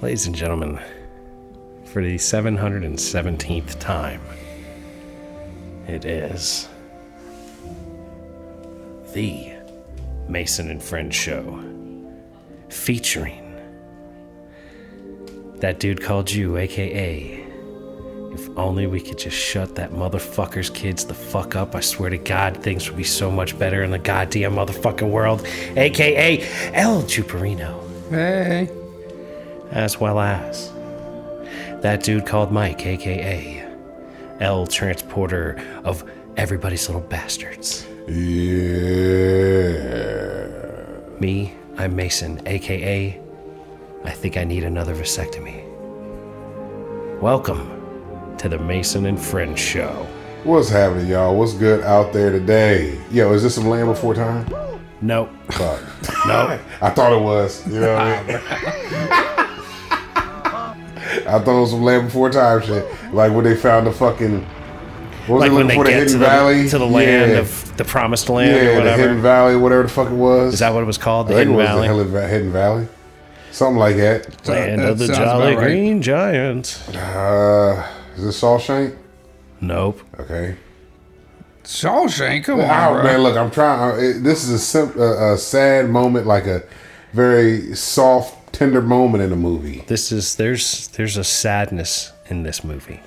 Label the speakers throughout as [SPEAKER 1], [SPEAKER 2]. [SPEAKER 1] Ladies and gentlemen, for the 717th time, it is the Mason and Friend show featuring that dude called you, aka. If only we could just shut that motherfucker's kids the fuck up. I swear to God, things would be so much better in the goddamn motherfucking world. AKA El Chuparino
[SPEAKER 2] Hey.
[SPEAKER 1] as well as that dude called Mike, aka L Transporter of Everybody's Little Bastards.
[SPEAKER 2] Yeah.
[SPEAKER 1] Me, I'm Mason, aka I think I need another vasectomy. Welcome to the Mason and Friends Show.
[SPEAKER 2] What's happening, y'all? What's good out there today? Yo, is this some Land Before Time?
[SPEAKER 1] Nope.
[SPEAKER 2] Fuck.
[SPEAKER 1] Nope.
[SPEAKER 2] I thought it was. You know what I mean? I thought it was some Land Before Time shit. Like when they found the fucking. What was
[SPEAKER 1] like
[SPEAKER 2] it
[SPEAKER 1] when
[SPEAKER 2] looking
[SPEAKER 1] they
[SPEAKER 2] for? The
[SPEAKER 1] get
[SPEAKER 2] Hidden
[SPEAKER 1] to the,
[SPEAKER 2] Valley?
[SPEAKER 1] to the land
[SPEAKER 2] Yeah.
[SPEAKER 1] of the promised land
[SPEAKER 2] Yeah,
[SPEAKER 1] or
[SPEAKER 2] the
[SPEAKER 1] whatever.
[SPEAKER 2] Hidden Valley, whatever the fuck it was.
[SPEAKER 1] Is that what it was called? The
[SPEAKER 2] I think
[SPEAKER 1] Hidden
[SPEAKER 2] it was
[SPEAKER 1] Valley?
[SPEAKER 2] The Hidden Va- Hidden Valley. Something like that.
[SPEAKER 1] land
[SPEAKER 3] That
[SPEAKER 1] of the
[SPEAKER 3] sounds
[SPEAKER 1] Jolly
[SPEAKER 3] about right.
[SPEAKER 1] Green Giant.
[SPEAKER 2] Uh, is this Shawshank?
[SPEAKER 1] Nope.
[SPEAKER 2] Okay.
[SPEAKER 3] Shawshank, come on,
[SPEAKER 2] Wow,
[SPEAKER 3] bro.
[SPEAKER 2] man! Look, I'm trying. I- It, this is a, sim, a, a sad moment, like a very soft, tender moment in the movie.
[SPEAKER 1] this is there's there's a sadness in this movie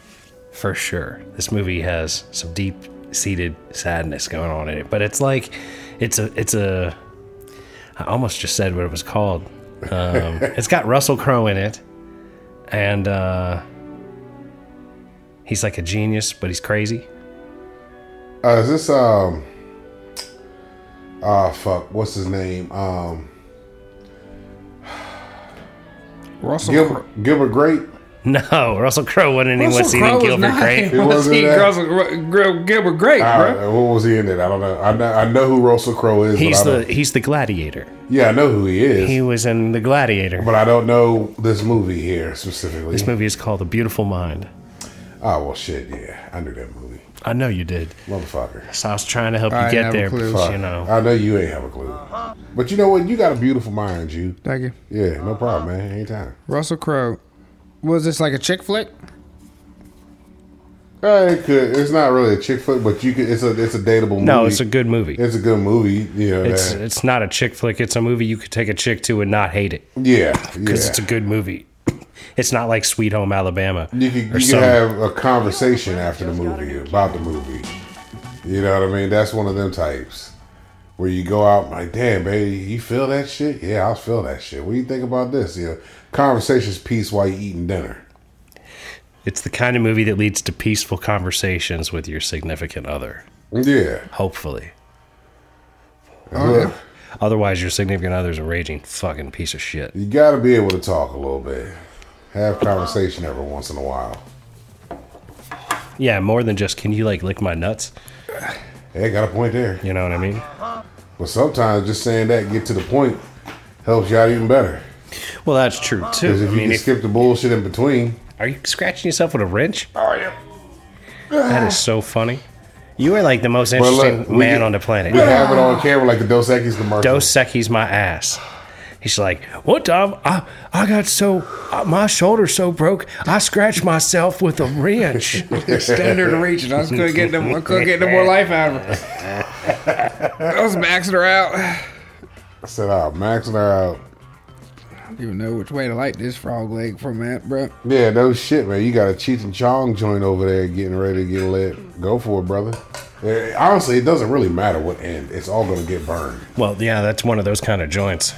[SPEAKER 1] for sure this movie has some deep seated sadness going on in it but it's like it's a it's a i almost just said what it was called um, it's got russell crowe in it and uh he's like a genius but he's crazy
[SPEAKER 2] Uh, is this um? Ah, fuck! What's his name? Um,
[SPEAKER 3] Russell Crowe.
[SPEAKER 2] Gil, Gilbert Grape.
[SPEAKER 1] no russell crowe wasn't in what's
[SPEAKER 3] Russell
[SPEAKER 1] he in
[SPEAKER 3] Crowe was
[SPEAKER 1] gilbert
[SPEAKER 3] not
[SPEAKER 1] grape
[SPEAKER 3] in What's
[SPEAKER 2] wasn't
[SPEAKER 3] he
[SPEAKER 2] that?
[SPEAKER 3] in Russell Gro- Gro- Gilbert Grape,
[SPEAKER 2] I
[SPEAKER 3] bro?
[SPEAKER 2] don't know. Uh, What was he in it? I don't know. I know. I know who Russell Crowe is.
[SPEAKER 1] he's
[SPEAKER 2] but I
[SPEAKER 1] the
[SPEAKER 2] don't-
[SPEAKER 1] he's the gladiator
[SPEAKER 2] yeah. I know who he is,
[SPEAKER 1] he was in the gladiator
[SPEAKER 2] but I don't know this movie here specifically.
[SPEAKER 1] this movie is called the beautiful mind
[SPEAKER 2] oh well, shit. Yeah, I knew that movie,
[SPEAKER 1] i know you did
[SPEAKER 2] motherfucker.
[SPEAKER 1] So I was trying to help you
[SPEAKER 3] I
[SPEAKER 1] get
[SPEAKER 3] never
[SPEAKER 1] there,
[SPEAKER 3] clue.
[SPEAKER 1] but
[SPEAKER 2] Fuck.
[SPEAKER 1] you know.
[SPEAKER 2] I know you ain't have a clue. But you know what? You got a beautiful mind, you.
[SPEAKER 3] Thank you.
[SPEAKER 2] Yeah, no problem, man. Anytime.
[SPEAKER 3] Russell Crowe. Was this like a chick flick?
[SPEAKER 2] Uh, it could. It's not really a chick flick, but you could. It's a. It's a dateable. movie.
[SPEAKER 1] No, it's a good movie.
[SPEAKER 2] It's a good movie. Yeah.
[SPEAKER 1] It's
[SPEAKER 2] that-
[SPEAKER 1] it's not a chick flick. It's a movie you could take a chick to and not hate it
[SPEAKER 2] yeah.
[SPEAKER 1] because
[SPEAKER 2] Yeah.
[SPEAKER 1] it's a good movie. It's not like Sweet Home Alabama.
[SPEAKER 2] you could.
[SPEAKER 1] or
[SPEAKER 2] You
[SPEAKER 1] some-
[SPEAKER 2] could have a conversation after the movie about the movie. You know what I mean? That's one of them types where you go out and like, damn, baby, you feel that shit? Yeah, I feel that shit. What do you think about this? Yeah, conversations piece while you eating dinner.
[SPEAKER 1] It's the kind of movie that leads to peaceful conversations with your significant other,
[SPEAKER 2] Yeah.
[SPEAKER 1] hopefully.
[SPEAKER 2] Look,
[SPEAKER 1] Otherwise, your significant other's a raging fucking piece of shit.
[SPEAKER 2] You got to be able to talk a little bit, have conversation every once in a while.
[SPEAKER 1] Yeah, more than just can you like lick my nuts?
[SPEAKER 2] Hey, got a point there.
[SPEAKER 1] You know what I mean?
[SPEAKER 2] But sometimes just saying that, get to the point, helps you out even better.
[SPEAKER 1] Well, that's true
[SPEAKER 2] Because
[SPEAKER 1] too.
[SPEAKER 2] if
[SPEAKER 1] I
[SPEAKER 2] you
[SPEAKER 1] mean,
[SPEAKER 2] can
[SPEAKER 1] if,
[SPEAKER 2] skip the bullshit in between,
[SPEAKER 1] are you scratching yourself with a wrench?
[SPEAKER 2] oh yeah,
[SPEAKER 1] That is so funny. You are like the most
[SPEAKER 2] look,
[SPEAKER 1] interesting
[SPEAKER 2] we
[SPEAKER 1] man
[SPEAKER 2] get-
[SPEAKER 1] on the planet.
[SPEAKER 2] we have it on camera like the Dos Equis commercial.
[SPEAKER 1] Dos Equis my ass. He's like, one time I, I got so, uh, my shoulder so broke, I scratched myself with a wrench.
[SPEAKER 3] Standard reaching. I just couldn't get no, I couldn't get no more life out of her. I was maxing her out.
[SPEAKER 2] I said, "Oh, maxing her out."
[SPEAKER 3] I don't even know which way to light this frog leg from that, bro.
[SPEAKER 2] Yeah, no shit, man. You got a Cheech and Chong joint over there getting ready to get lit. Go for it, brother. Eh, honestly, it doesn't really matter what end. It's all gonna get burned.
[SPEAKER 1] well, yeah, that's one of those kind of joints.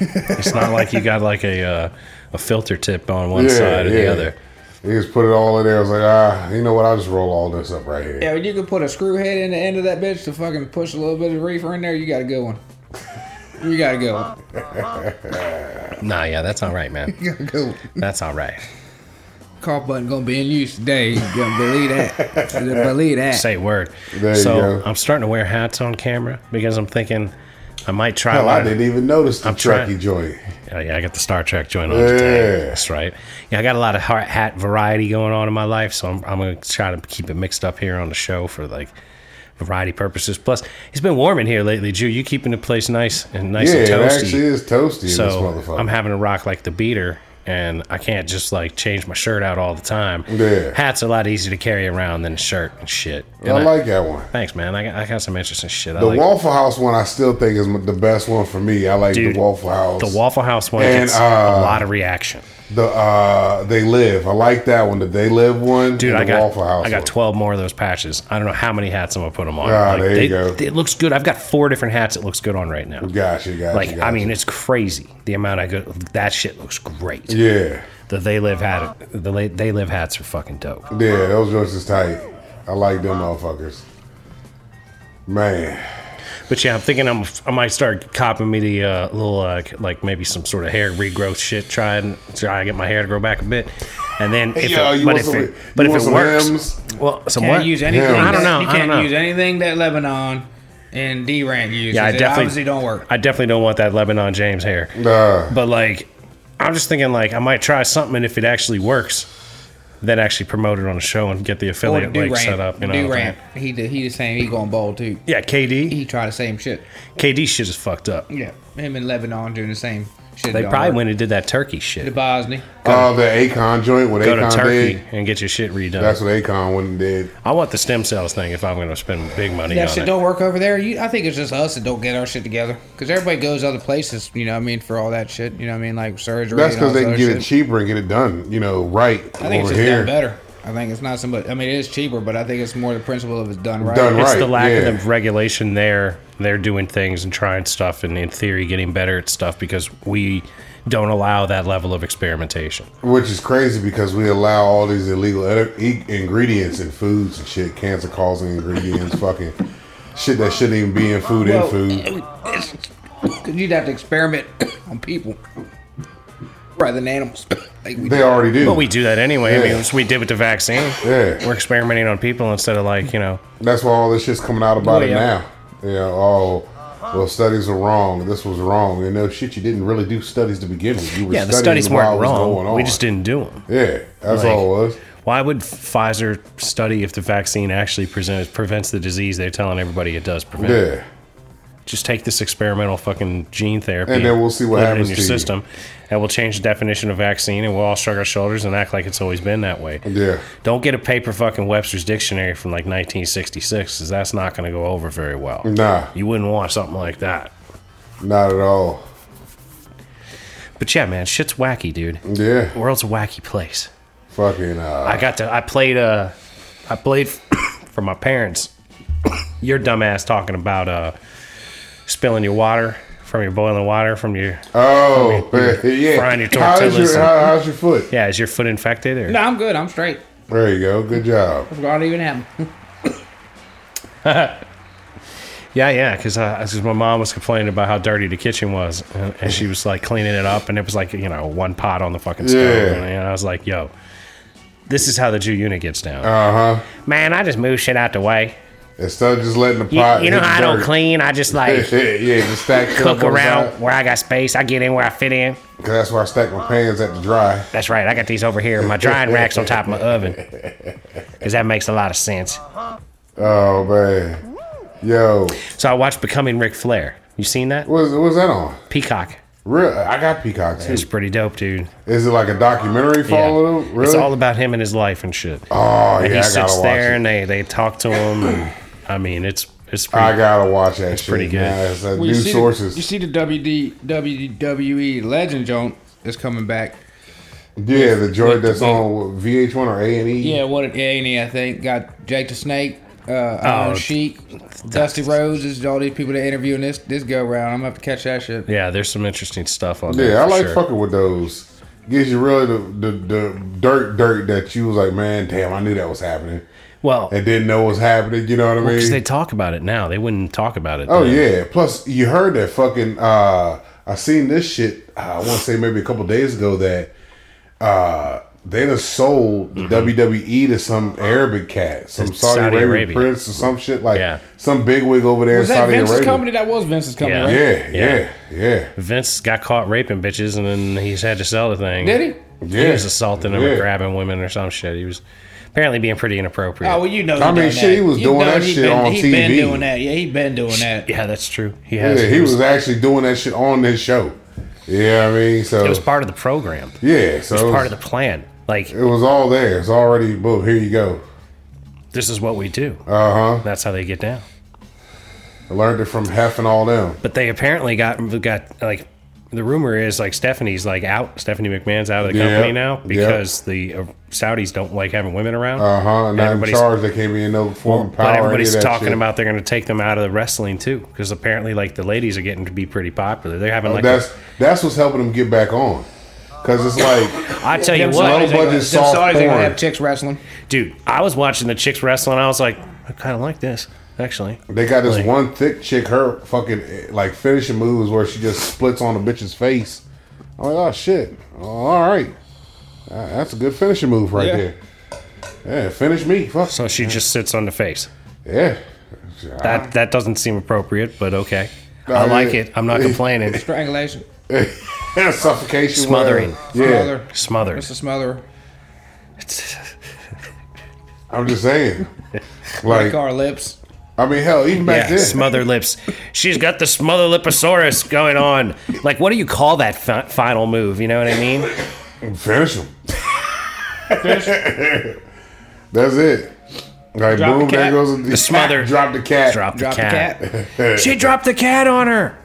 [SPEAKER 1] It's not like you got like a, uh, a filter tip on one side or the other.
[SPEAKER 2] He just put it all in there. I was like, ah, you know what? I'll just roll all this up right here.
[SPEAKER 3] Yeah, when you could put a screw head in the end of that bitch to fucking push a little bit of reefer in there, you got a good one. You got a good one.
[SPEAKER 1] Nah, yeah, that's all right, man.
[SPEAKER 3] You got a good one.
[SPEAKER 1] That's all right.
[SPEAKER 3] Cough button gonna be in use today. You gonna believe that? You believe that?
[SPEAKER 1] Say word.
[SPEAKER 2] There you
[SPEAKER 1] so
[SPEAKER 2] go.
[SPEAKER 1] I'm starting to wear hats on camera because I'm thinking I might try.
[SPEAKER 2] Hell,
[SPEAKER 1] one
[SPEAKER 2] I
[SPEAKER 1] of-
[SPEAKER 2] didn't even notice the
[SPEAKER 1] I'm trying-
[SPEAKER 2] Trekkie joint.
[SPEAKER 1] Oh, yeah, I got the Star Trek joint on today.
[SPEAKER 2] Yeah.
[SPEAKER 1] That's right. Yeah, I got a lot of heart hat variety going on in my life, so I'm, I'm going to try to keep it mixed up here on the show for like variety purposes. Plus, it's been warm in here lately, Jew. You keeping the place nice and nice
[SPEAKER 2] Yeah,
[SPEAKER 1] and
[SPEAKER 2] it
[SPEAKER 1] toasty.
[SPEAKER 2] actually is toasty in this
[SPEAKER 1] so
[SPEAKER 2] motherfucker.
[SPEAKER 1] I'm having to rock like the beater and I can't just like change my shirt out all the time.
[SPEAKER 2] Yeah.
[SPEAKER 1] Hat's a lot easier to carry around than a shirt and shit. And
[SPEAKER 2] I like that one.
[SPEAKER 1] Thanks, man. I got, I got some interesting shit. I
[SPEAKER 2] The
[SPEAKER 1] like
[SPEAKER 2] Waffle House one, I still think is m- the best one for me. I like
[SPEAKER 1] Dude,
[SPEAKER 2] the Waffle House.
[SPEAKER 1] the Waffle House one.
[SPEAKER 2] And,
[SPEAKER 1] gets
[SPEAKER 2] uh,
[SPEAKER 1] a lot of reaction.
[SPEAKER 2] The uh, they live. I like that one. The they live one.
[SPEAKER 1] Dude,
[SPEAKER 2] and
[SPEAKER 1] I
[SPEAKER 2] the
[SPEAKER 1] got
[SPEAKER 2] Waffle House.
[SPEAKER 1] I got
[SPEAKER 2] one.
[SPEAKER 1] twelve more of those patches. I don't know how many hats I'm gonna put them on.
[SPEAKER 2] Ah, there you
[SPEAKER 1] they-
[SPEAKER 2] go.
[SPEAKER 1] It looks good. I've got four different hats. It looks good on right now.
[SPEAKER 2] Gotcha, gotcha.
[SPEAKER 1] Like
[SPEAKER 2] gotcha.
[SPEAKER 1] I mean, it's crazy the amount I go. That shit looks great.
[SPEAKER 2] yeah,
[SPEAKER 1] The they live hat. The La- they live hats are fucking dope.
[SPEAKER 2] yeah. Those joints is tight. I like them motherfuckers. Man,
[SPEAKER 1] But yeah, I'm thinking I'm I might start copying me the uh, little uh, like maybe some sort of hair regrowth shit. Try and try and get my hair to grow back a bit. And then if
[SPEAKER 2] yo,
[SPEAKER 1] it,
[SPEAKER 2] you
[SPEAKER 1] but
[SPEAKER 2] want
[SPEAKER 1] if
[SPEAKER 2] some-
[SPEAKER 1] it
[SPEAKER 2] you
[SPEAKER 1] but if
[SPEAKER 2] want
[SPEAKER 1] it
[SPEAKER 2] some
[SPEAKER 1] works,
[SPEAKER 2] Hims?
[SPEAKER 1] well, some
[SPEAKER 3] Can't
[SPEAKER 1] what?
[SPEAKER 3] use anything.
[SPEAKER 2] Hell,
[SPEAKER 3] that-
[SPEAKER 2] I don't
[SPEAKER 1] know,
[SPEAKER 3] You
[SPEAKER 1] I
[SPEAKER 3] can't
[SPEAKER 1] don't know.
[SPEAKER 3] use anything that Lebanon and D-Rand use.
[SPEAKER 1] yeah, I
[SPEAKER 3] It
[SPEAKER 1] definitely
[SPEAKER 3] obviously don't work.
[SPEAKER 1] I definitely don't want that Lebanon James hair.
[SPEAKER 2] uh,
[SPEAKER 1] But like, I'm just thinking like I might try something, and if it actually works, then actually promote it on the show and get the
[SPEAKER 3] Or
[SPEAKER 1] affiliate
[SPEAKER 3] do
[SPEAKER 1] link set up. You know, what I'm
[SPEAKER 3] Durant.
[SPEAKER 1] saying?
[SPEAKER 3] He the, he the same. He going bold too.
[SPEAKER 1] yeah, KD,
[SPEAKER 3] He try the same shit.
[SPEAKER 1] KD shit is fucked up.
[SPEAKER 3] Yeah, him and Lebanon doing the same shit.
[SPEAKER 1] They
[SPEAKER 3] don't
[SPEAKER 1] probably
[SPEAKER 3] work.
[SPEAKER 1] went and did that turkey
[SPEAKER 3] the
[SPEAKER 1] shit.
[SPEAKER 3] Bosnia.
[SPEAKER 2] oh, the Akon joint with
[SPEAKER 1] Go to
[SPEAKER 2] Akon
[SPEAKER 1] Turkey
[SPEAKER 2] did.
[SPEAKER 1] and get your shit redone.
[SPEAKER 2] That's what Akon went and did.
[SPEAKER 1] I want the stem cells thing if I'm going to spend big money
[SPEAKER 3] That
[SPEAKER 1] on
[SPEAKER 3] shit
[SPEAKER 1] it.
[SPEAKER 3] don't work over there. You, I think it's just us that don't get our shit together because everybody goes other places. You know, what I mean, for all that shit. You know, what I mean, like surgery.
[SPEAKER 2] That's
[SPEAKER 3] and all
[SPEAKER 2] because they
[SPEAKER 3] this
[SPEAKER 2] can
[SPEAKER 3] other
[SPEAKER 2] get
[SPEAKER 3] shit.
[SPEAKER 2] it cheaper and get it done. You know, right
[SPEAKER 3] I think it's
[SPEAKER 2] over
[SPEAKER 3] just
[SPEAKER 2] here.
[SPEAKER 3] done better. I think it's not so much. I mean, it is cheaper, but I think it's more the principle of it's done right.
[SPEAKER 2] Done
[SPEAKER 1] It's
[SPEAKER 2] right,
[SPEAKER 1] the lack
[SPEAKER 2] yeah.
[SPEAKER 1] of the regulation there. They're doing things and trying stuff and in theory getting better at stuff because we don't allow that level of experimentation.
[SPEAKER 2] Which is crazy because we allow all these illegal ed- e- ingredients in foods and shit, cancer causing ingredients, fucking shit that shouldn't even be in food
[SPEAKER 3] Well,
[SPEAKER 2] in food.
[SPEAKER 3] it's- 'cause you'd have to experiment on people rather than animals. like we do.
[SPEAKER 2] They already do.
[SPEAKER 1] But we do that anyway. I
[SPEAKER 2] Yeah.
[SPEAKER 1] mean, it's what we did with the vaccine.
[SPEAKER 2] Yeah.
[SPEAKER 1] We're experimenting on people instead of like, you know,
[SPEAKER 2] That's why all this shit's coming out about
[SPEAKER 3] Oh,
[SPEAKER 2] it
[SPEAKER 3] yeah.
[SPEAKER 2] now. Yeah, oh, well, studies are wrong. This was wrong. And no shit, you didn't really do studies to begin with. You were
[SPEAKER 1] yeah, the
[SPEAKER 2] studying
[SPEAKER 1] studies
[SPEAKER 2] while
[SPEAKER 1] weren't
[SPEAKER 2] it was going
[SPEAKER 1] wrong. We
[SPEAKER 2] on.
[SPEAKER 1] just didn't do them.
[SPEAKER 2] Yeah, that's
[SPEAKER 1] Like-
[SPEAKER 2] all it was.
[SPEAKER 1] Why would Pfizer study if the vaccine actually presents, prevents the disease they're telling everybody it does prevent?
[SPEAKER 2] Yeah.
[SPEAKER 1] just take this experimental fucking gene therapy
[SPEAKER 2] And then we'll see what
[SPEAKER 1] put it
[SPEAKER 2] happens
[SPEAKER 1] in your
[SPEAKER 2] to you.
[SPEAKER 1] system and we'll change the definition of vaccine and we'll all shrug our shoulders and act like it's always been that way
[SPEAKER 2] Yeah.
[SPEAKER 1] don't get a paper fucking webster's dictionary from like 1966 because that's not going to go over very well
[SPEAKER 2] Nah,
[SPEAKER 1] you wouldn't want something like that
[SPEAKER 2] not at all.
[SPEAKER 1] but yeah man shit's wacky dude
[SPEAKER 2] Yeah.
[SPEAKER 1] the world's a wacky place
[SPEAKER 2] Fucking, uh,
[SPEAKER 1] i got to i played uh i played for my parents your dumbass talking about uh spilling your water from your boiling water from your
[SPEAKER 2] oh, yeah.
[SPEAKER 1] frying your
[SPEAKER 2] how's,
[SPEAKER 1] tortillas
[SPEAKER 2] your,
[SPEAKER 1] and-
[SPEAKER 2] how, how's your foot?
[SPEAKER 1] yeah is your foot infected or
[SPEAKER 3] No, I'm good. I'm straight.
[SPEAKER 2] There you go. Good job.
[SPEAKER 3] Forgot it even happened.
[SPEAKER 1] Yeah, yeah, because my mom was complaining about how dirty the kitchen was, uh, and, and she was like cleaning it up, and it was like you know one pot on the fucking stove,
[SPEAKER 2] Yeah.
[SPEAKER 1] and, I was like, yo, this is how the Jew unit gets down.
[SPEAKER 2] Uh huh.
[SPEAKER 1] Man, I just move shit out the way.
[SPEAKER 2] Instead of just letting the
[SPEAKER 1] You,
[SPEAKER 2] pot.
[SPEAKER 1] you know
[SPEAKER 2] hit
[SPEAKER 1] how I
[SPEAKER 2] the
[SPEAKER 1] don't
[SPEAKER 2] dirt.
[SPEAKER 1] clean. I just like
[SPEAKER 2] yeah, just stack shit up
[SPEAKER 1] cook
[SPEAKER 2] on the
[SPEAKER 1] around
[SPEAKER 2] side.
[SPEAKER 1] where I got space. I get in where I fit in.
[SPEAKER 2] Cause that's why I stack my pans at the dry.
[SPEAKER 1] That's right. I got these over here. My drying racks on top of my oven, because that makes a lot of sense.
[SPEAKER 2] Oh man, yo,
[SPEAKER 1] So I watched Becoming Ric Flair. You seen that?
[SPEAKER 2] what's what's that on?
[SPEAKER 1] Peacock.
[SPEAKER 2] Real, I got Peacock too.
[SPEAKER 1] It's pretty dope, dude.
[SPEAKER 2] Is it like a documentary following them? Oh, Really?
[SPEAKER 1] It's all about him and his life and shit.
[SPEAKER 2] oh
[SPEAKER 1] And
[SPEAKER 2] yeah,
[SPEAKER 1] he
[SPEAKER 2] I gotta
[SPEAKER 1] sits
[SPEAKER 2] watch
[SPEAKER 1] there
[SPEAKER 2] it.
[SPEAKER 1] and they, they talk to him. And, I mean, it's it's
[SPEAKER 2] I
[SPEAKER 1] pretty,
[SPEAKER 2] gotta watch that. shit,
[SPEAKER 1] pretty good.
[SPEAKER 2] man. It's uh, new sources.
[SPEAKER 3] The, you see the WD, WWE E legend joint is coming back.
[SPEAKER 2] yeah, the joint that's on VH1 or A and E.
[SPEAKER 3] Yeah, what an A&E, I think. Got Jake the Snake, uh, Iron
[SPEAKER 1] Oh,
[SPEAKER 3] Sheik, Dusty Rhodes. This is all these people that interviewing this this go round. I'm gonna have to catch that shit.
[SPEAKER 1] yeah. There's some interesting stuff on there.
[SPEAKER 2] yeah, I
[SPEAKER 1] for
[SPEAKER 2] like
[SPEAKER 1] sure.
[SPEAKER 2] fucking with those. Gives you really the, the the dirt dirt that you was like, man, damn, I knew that was happening
[SPEAKER 1] Well,
[SPEAKER 2] and didn't know was happening. You know what I mean?
[SPEAKER 1] because they talk about it now, they wouldn't talk about it.
[SPEAKER 2] Oh
[SPEAKER 1] then.
[SPEAKER 2] yeah. Plus, you heard that fucking. Uh, I seen this shit. Uh, I want to say maybe a couple days ago that uh, they done sold the WWE to some Arabic cat, some
[SPEAKER 1] To
[SPEAKER 2] Saudi,
[SPEAKER 1] Saudi
[SPEAKER 2] Arabian
[SPEAKER 1] Arabia.
[SPEAKER 2] prince or some shit like
[SPEAKER 1] Yeah.
[SPEAKER 2] some bigwig over there
[SPEAKER 3] Was
[SPEAKER 2] in
[SPEAKER 3] that
[SPEAKER 2] Saudi
[SPEAKER 3] Vince's
[SPEAKER 2] Arabia.
[SPEAKER 3] company? That was Vince's company,
[SPEAKER 1] Yeah.
[SPEAKER 3] right?
[SPEAKER 2] Yeah,
[SPEAKER 1] Yeah.
[SPEAKER 2] yeah, yeah,
[SPEAKER 1] Vince got caught raping bitches, and then he's had to sell the thing.
[SPEAKER 3] Did he?
[SPEAKER 2] yeah.
[SPEAKER 1] He was assaulting them or
[SPEAKER 2] Yeah.
[SPEAKER 1] grabbing women or some shit. He was apparently being pretty inappropriate.
[SPEAKER 3] Oh well, you know.
[SPEAKER 2] I mean,
[SPEAKER 3] done
[SPEAKER 2] shit,
[SPEAKER 3] that.
[SPEAKER 2] he was
[SPEAKER 3] You
[SPEAKER 2] doing
[SPEAKER 3] know
[SPEAKER 2] that
[SPEAKER 3] he
[SPEAKER 2] shit
[SPEAKER 3] been,
[SPEAKER 2] on
[SPEAKER 3] he been
[SPEAKER 2] TV.
[SPEAKER 3] doing that. Yeah, he been doing that.
[SPEAKER 1] yeah, that's true. He
[SPEAKER 2] Yeah,
[SPEAKER 1] has.
[SPEAKER 2] he was actually doing that shit on this show. Yeah, I mean, so
[SPEAKER 1] It was part of the program. It
[SPEAKER 2] yeah, so
[SPEAKER 1] was part of the plan. Like
[SPEAKER 2] it was all there. It's already boom. Here you go.
[SPEAKER 1] this is what we do.
[SPEAKER 2] Uh huh.
[SPEAKER 1] That's how they get down.
[SPEAKER 2] I learned it from Hef and all them.
[SPEAKER 1] But they apparently got got like the rumor is like Stephanie's like out. Stephanie McMahon's out of the
[SPEAKER 2] Yeah,
[SPEAKER 1] company now
[SPEAKER 2] yeah.
[SPEAKER 1] because the uh, Saudis don't like having women around.
[SPEAKER 2] Uh huh. And not in
[SPEAKER 1] Everybody's-
[SPEAKER 2] charge. They can't be in no form of power.
[SPEAKER 1] but
[SPEAKER 2] any of
[SPEAKER 1] everybody's
[SPEAKER 2] that
[SPEAKER 1] talking
[SPEAKER 2] shit.
[SPEAKER 1] about they're going to take them out of the wrestling too because apparently like the ladies are getting to be pretty popular. They're having like
[SPEAKER 2] Oh, that's that's what's helping them get back on. Cause it's like
[SPEAKER 1] I tell you
[SPEAKER 3] Them
[SPEAKER 1] what,
[SPEAKER 2] low
[SPEAKER 3] Saudis ain't
[SPEAKER 2] budget
[SPEAKER 3] gonna- them
[SPEAKER 2] soft
[SPEAKER 3] Saudis ain't gonna
[SPEAKER 2] porn.
[SPEAKER 3] have chicks wrestling.
[SPEAKER 1] dude, I was watching the chicks wrestling. I was like, I kind of like this actually.
[SPEAKER 2] they got this
[SPEAKER 1] Like-
[SPEAKER 2] one thick chick. Her fucking eh, like finishing moves where she just splits on a bitch's face. I'm like, oh shit. Oh, all right, Uh, that's a good finishing move right
[SPEAKER 3] Yeah.
[SPEAKER 2] there. Yeah, finish me. Fuck.
[SPEAKER 1] So she just sits on the face.
[SPEAKER 2] Yeah.
[SPEAKER 1] That that doesn't seem appropriate, but okay.
[SPEAKER 2] No,
[SPEAKER 1] I like
[SPEAKER 2] Uh-huh. yeah.
[SPEAKER 1] it. I'm not complaining.
[SPEAKER 3] Strangulation.
[SPEAKER 2] Suffocation.
[SPEAKER 1] Smothering.
[SPEAKER 2] whatever. Yeah.
[SPEAKER 3] Smother.
[SPEAKER 1] Smothered.
[SPEAKER 3] It's a smother.
[SPEAKER 2] I'm just saying. Like,
[SPEAKER 3] Car lips.
[SPEAKER 2] I mean, hell, even back
[SPEAKER 1] yeah,
[SPEAKER 2] then.
[SPEAKER 1] smother lips. She's got the smother liposaurus going on. Like, what do you call that fi- final move? You know what I mean?
[SPEAKER 2] finish him. That's it. Like,
[SPEAKER 3] Drop
[SPEAKER 2] boom,
[SPEAKER 3] the
[SPEAKER 2] there
[SPEAKER 3] cat.
[SPEAKER 2] goes the
[SPEAKER 1] smother.
[SPEAKER 2] Drop the cat.
[SPEAKER 1] Drop the
[SPEAKER 3] Drop
[SPEAKER 1] cat.
[SPEAKER 3] the cat.
[SPEAKER 1] She dropped the cat on her.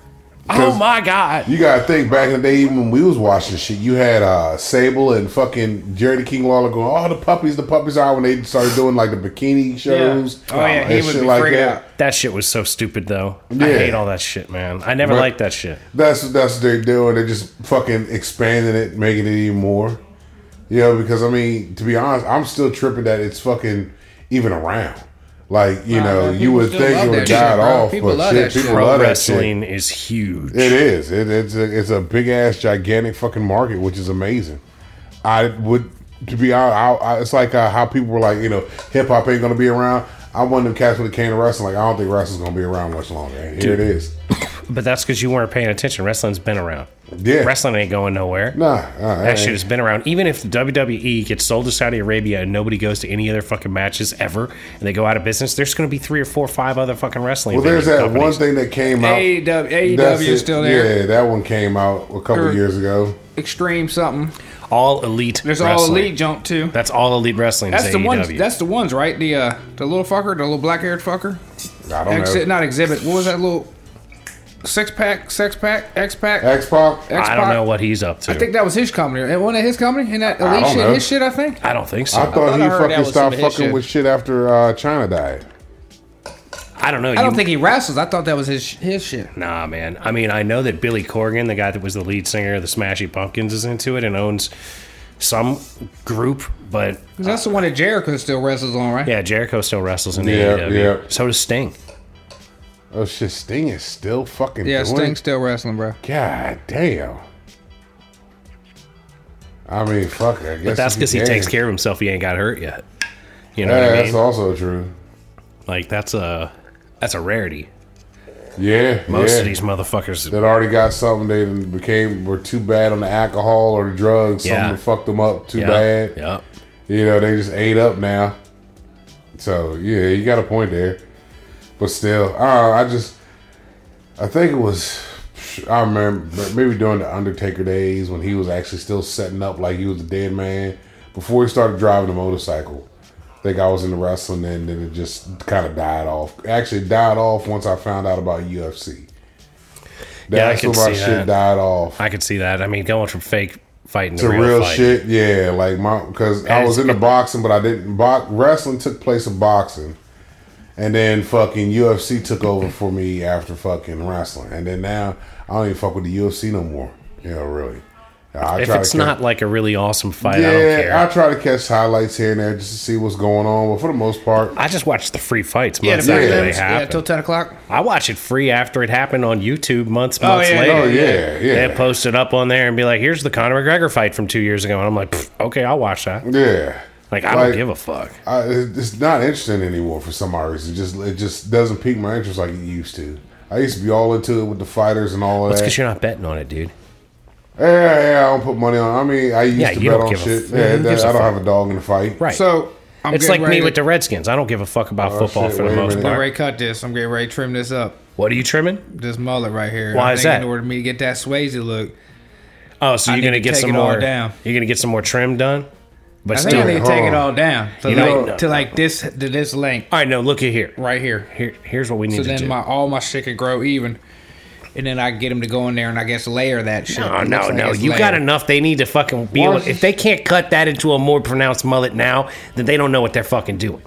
[SPEAKER 1] Oh
[SPEAKER 2] 'Cause-
[SPEAKER 1] my god.
[SPEAKER 2] You gotta think back in the day, even when we was watching shit, you had uh, Sable and fucking Jerry the King Lawler going, "Oh, the puppies, the puppies are." When they started doing like the bikini shows,
[SPEAKER 3] Oh, yeah, he
[SPEAKER 2] and
[SPEAKER 3] would
[SPEAKER 2] shit
[SPEAKER 3] be
[SPEAKER 2] like
[SPEAKER 3] freaking
[SPEAKER 2] that.
[SPEAKER 3] out.
[SPEAKER 1] That shit was so stupid, though. I
[SPEAKER 2] Yeah.
[SPEAKER 1] hate all that shit, man. I never
[SPEAKER 2] But-
[SPEAKER 1] liked that shit.
[SPEAKER 2] That's that's what they're doing. They're just fucking expanding it, making it even more. You know, because I mean, to be honest, I'm still tripping that it's fucking even around. Like you
[SPEAKER 3] Nah,
[SPEAKER 2] know,
[SPEAKER 3] man,
[SPEAKER 2] you
[SPEAKER 3] people
[SPEAKER 2] would
[SPEAKER 3] still
[SPEAKER 2] think
[SPEAKER 3] love
[SPEAKER 2] it would
[SPEAKER 3] that shit,
[SPEAKER 2] died
[SPEAKER 3] bro.
[SPEAKER 2] off,
[SPEAKER 3] People
[SPEAKER 2] but
[SPEAKER 3] love
[SPEAKER 2] shit,
[SPEAKER 3] that
[SPEAKER 2] people
[SPEAKER 3] shit.
[SPEAKER 1] Pro
[SPEAKER 2] love that shit.
[SPEAKER 1] wrestling is huge.
[SPEAKER 2] It is. It, it's a, it's a big ass gigantic fucking market, which is amazing. I would, to be honest, I, I, it's like uh, how people were like, you know, hip hop ain't gonna be around. I wanted to catch when it came to wrestling. Like I don't think wrestling's gonna be around much longer. And here it is.
[SPEAKER 1] But that's because you weren't paying attention. Wrestling's been around.
[SPEAKER 2] Yeah.
[SPEAKER 1] Wrestling ain't going nowhere.
[SPEAKER 2] Nah, uh,
[SPEAKER 1] That shit has been around. Even if the WWE gets sold to Saudi Arabia and nobody goes to any other fucking matches ever, and they go out of business, there's going to be three or four, or five other fucking wrestling.
[SPEAKER 2] Well, there's that
[SPEAKER 1] venue
[SPEAKER 2] one
[SPEAKER 1] companies.
[SPEAKER 2] thing that came out.
[SPEAKER 3] AEW, AEW
[SPEAKER 2] That's it.
[SPEAKER 3] E is still there.
[SPEAKER 2] Yeah, that one came out a couple
[SPEAKER 3] Or-
[SPEAKER 2] years ago.
[SPEAKER 3] Extreme something.
[SPEAKER 1] All elite.
[SPEAKER 3] There's all
[SPEAKER 1] Wrestling.
[SPEAKER 3] elite jump too.
[SPEAKER 1] That's all elite wrestling. E
[SPEAKER 3] That's
[SPEAKER 1] is
[SPEAKER 3] the
[SPEAKER 1] AEW.
[SPEAKER 2] E
[SPEAKER 3] ones. That's the ones, right? The uh, the little fucker, the little black haired fucker.
[SPEAKER 2] I don't
[SPEAKER 3] Exit,
[SPEAKER 2] know.
[SPEAKER 3] not exhibit. What was that little six pack, sex pack, X pack?
[SPEAKER 2] X Pac.
[SPEAKER 1] I don't know what he's up to. I,
[SPEAKER 3] I think that was his company. It wasn't his company. And that elite
[SPEAKER 2] don't
[SPEAKER 3] shit,
[SPEAKER 2] know.
[SPEAKER 3] his shit. I think.
[SPEAKER 1] don't think so.
[SPEAKER 2] I
[SPEAKER 1] I,
[SPEAKER 2] thought
[SPEAKER 3] I
[SPEAKER 2] he
[SPEAKER 3] heard that
[SPEAKER 2] fucking
[SPEAKER 3] was some of
[SPEAKER 2] stopped
[SPEAKER 3] his
[SPEAKER 2] fucking
[SPEAKER 3] shit.
[SPEAKER 2] with shit after uh, China died.
[SPEAKER 1] don't know.
[SPEAKER 3] I don't
[SPEAKER 1] You-
[SPEAKER 3] think he wrestles. I thought that was his his shit.
[SPEAKER 1] Nah, man. I mean, I know that Billy Corgan, the guy that was the lead singer of the Smashy Pumpkins, is into it and owns some group, but
[SPEAKER 3] 'Cause that's the one that Jericho still wrestles on, right?
[SPEAKER 1] yeah, Jericho still wrestles in the
[SPEAKER 2] Yeah,
[SPEAKER 1] AEW.
[SPEAKER 2] yeah.
[SPEAKER 1] So does Sting.
[SPEAKER 2] Oh shit, Sting is still fucking
[SPEAKER 3] Yeah,
[SPEAKER 2] doing.
[SPEAKER 3] Sting's still wrestling, bro.
[SPEAKER 2] God damn. I mean, fuck. I guess
[SPEAKER 1] But that's because he
[SPEAKER 2] yeah.
[SPEAKER 1] takes care of himself. He ain't got hurt yet. You know
[SPEAKER 2] Yeah,
[SPEAKER 1] what I
[SPEAKER 2] that's
[SPEAKER 1] mean?
[SPEAKER 2] also true.
[SPEAKER 1] Like that's a that's a rarity.
[SPEAKER 2] Yeah,
[SPEAKER 1] Most
[SPEAKER 2] yeah.
[SPEAKER 1] of these motherfuckers.
[SPEAKER 2] that already got something. They done became were too bad on the alcohol or the drugs.
[SPEAKER 1] Yeah.
[SPEAKER 2] Something that fucked them up too
[SPEAKER 1] yeah,
[SPEAKER 2] bad.
[SPEAKER 1] yeah.
[SPEAKER 2] You know, they just ate up now. So yeah, you got a point there. But still, uh, I just, I think it was, I remember maybe during the Undertaker days when he was actually still setting up like he was a dead man before he started driving a motorcycle. I think I was into wrestling and then it just kind of died off. Actually, died off once I found out about UFC.
[SPEAKER 1] Yeah, I
[SPEAKER 2] That's
[SPEAKER 1] can
[SPEAKER 2] when my
[SPEAKER 1] see
[SPEAKER 2] shit
[SPEAKER 1] that.
[SPEAKER 2] died off.
[SPEAKER 1] I could see that. I mean, going from fake fighting to,
[SPEAKER 2] The
[SPEAKER 1] real,
[SPEAKER 2] real
[SPEAKER 1] fight.
[SPEAKER 2] shit, yeah. Like my, because I
[SPEAKER 1] And
[SPEAKER 2] was
[SPEAKER 1] it's-
[SPEAKER 2] into boxing, but I didn't. Bo- wrestling took place of boxing, and then fucking UFC took over for me after fucking wrestling, and then now I don't even fuck with the UFC no more. Yeah, really. I
[SPEAKER 1] If
[SPEAKER 2] try to
[SPEAKER 1] it's
[SPEAKER 2] catch-
[SPEAKER 1] not like a really awesome fight, I don't care.
[SPEAKER 2] yeah, I, try to catch highlights here and there just to see what's going on, but for the most part,
[SPEAKER 1] I just watch the free fights
[SPEAKER 3] Yeah, the
[SPEAKER 1] months
[SPEAKER 3] back
[SPEAKER 1] after they
[SPEAKER 3] ends, yeah,
[SPEAKER 1] happen.
[SPEAKER 3] till ten o'clock.
[SPEAKER 1] I watch it free after it happened on YouTube months, months
[SPEAKER 3] yeah,
[SPEAKER 1] later.
[SPEAKER 2] oh yeah,
[SPEAKER 1] They
[SPEAKER 2] yeah,
[SPEAKER 1] post it up on there and be like, "Here's the Conor McGregor fight from two years ago," and I'm like, "Pfft, "Okay, I'll watch that."
[SPEAKER 2] yeah.
[SPEAKER 1] Like, I
[SPEAKER 2] Like-
[SPEAKER 1] don't give a fuck.
[SPEAKER 2] I, it's not interesting anymore for some odd reason. It just it just doesn't pique my interest like it used to. I used to be all into it with the fighters and all of
[SPEAKER 1] It's
[SPEAKER 2] that.
[SPEAKER 1] because you're not betting on it, dude.
[SPEAKER 2] Yeah, yeah, I don't put money on. I mean, I used
[SPEAKER 1] Yeah,
[SPEAKER 2] to
[SPEAKER 1] you
[SPEAKER 2] bet
[SPEAKER 1] don't
[SPEAKER 2] on
[SPEAKER 1] give a
[SPEAKER 2] shit.
[SPEAKER 1] f-
[SPEAKER 2] yeah,
[SPEAKER 1] who
[SPEAKER 2] that-
[SPEAKER 1] gives a
[SPEAKER 2] I don't
[SPEAKER 1] fuck?
[SPEAKER 2] have a dog in the fight.
[SPEAKER 1] Right.
[SPEAKER 3] So I'm
[SPEAKER 1] it's like
[SPEAKER 3] getting
[SPEAKER 1] me
[SPEAKER 3] ready
[SPEAKER 1] with
[SPEAKER 3] to-
[SPEAKER 1] the Redskins. I don't give a fuck about
[SPEAKER 4] Oh,
[SPEAKER 1] football
[SPEAKER 2] shit,
[SPEAKER 1] for the
[SPEAKER 2] wait a
[SPEAKER 1] most
[SPEAKER 2] minute.
[SPEAKER 1] part.
[SPEAKER 3] Ray cut this. I'm getting ready to trim this up.
[SPEAKER 1] What are you trimming?
[SPEAKER 3] This mullet right here.
[SPEAKER 1] Why
[SPEAKER 3] I
[SPEAKER 1] is
[SPEAKER 3] think
[SPEAKER 1] that?
[SPEAKER 3] In order for me to get that Swayze look,
[SPEAKER 1] Oh, so
[SPEAKER 4] I
[SPEAKER 1] you're
[SPEAKER 4] need
[SPEAKER 1] gonna
[SPEAKER 4] to
[SPEAKER 1] get
[SPEAKER 4] take
[SPEAKER 1] some
[SPEAKER 4] it all
[SPEAKER 1] more.
[SPEAKER 4] down.
[SPEAKER 1] You're gonna get some more trim done, but
[SPEAKER 4] I think
[SPEAKER 1] still.
[SPEAKER 4] I need to take it
[SPEAKER 2] Hold
[SPEAKER 4] all down to
[SPEAKER 1] You
[SPEAKER 4] like
[SPEAKER 1] know-
[SPEAKER 4] to like this to this length
[SPEAKER 1] all right, no, look at here.
[SPEAKER 4] right here.
[SPEAKER 1] Here, here's what we need
[SPEAKER 4] So
[SPEAKER 1] to do. Oh,
[SPEAKER 4] then my all my shit could grow even, and then I get them to go in there and I guess layer that shit.
[SPEAKER 1] No,
[SPEAKER 4] It
[SPEAKER 1] no,
[SPEAKER 4] looks like
[SPEAKER 1] no.
[SPEAKER 4] it's
[SPEAKER 1] You got
[SPEAKER 4] layered.
[SPEAKER 1] enough. They need to fucking be able.
[SPEAKER 4] Once-
[SPEAKER 1] If they can't cut that into a more pronounced mullet now, then they don't know what they're fucking doing.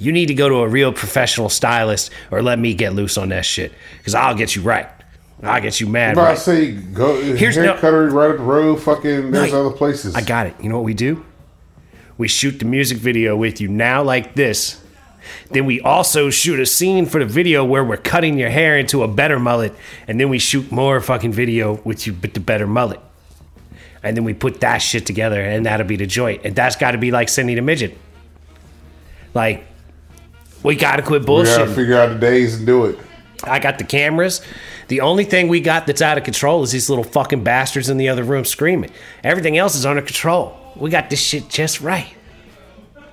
[SPEAKER 1] You need to go to a real professional stylist, or let me get loose on that shit, because I'll get you right. I'll get you mad.
[SPEAKER 2] But I
[SPEAKER 1] Right.
[SPEAKER 2] say go
[SPEAKER 1] Here's
[SPEAKER 2] Here's hair
[SPEAKER 1] no-
[SPEAKER 2] cuttery right up the road. Fucking there's
[SPEAKER 1] No,
[SPEAKER 2] other places.
[SPEAKER 1] I got it. You know what we do? We shoot the music video with you now, like this. Then we also shoot a scene for the video where we're cutting your hair into a better mullet, and then we shoot more fucking video with you with the better mullet. And then we put that shit together, and that'll be the joint. And that's got to be like Cindy the Midget. Like, we gotta quit
[SPEAKER 2] We gotta
[SPEAKER 1] bullshit.
[SPEAKER 2] figure out the days and do it.
[SPEAKER 1] I got the cameras. The only thing we got that's out of control is these little fucking bastards in the other room screaming. Everything else is under control. We got this shit just right.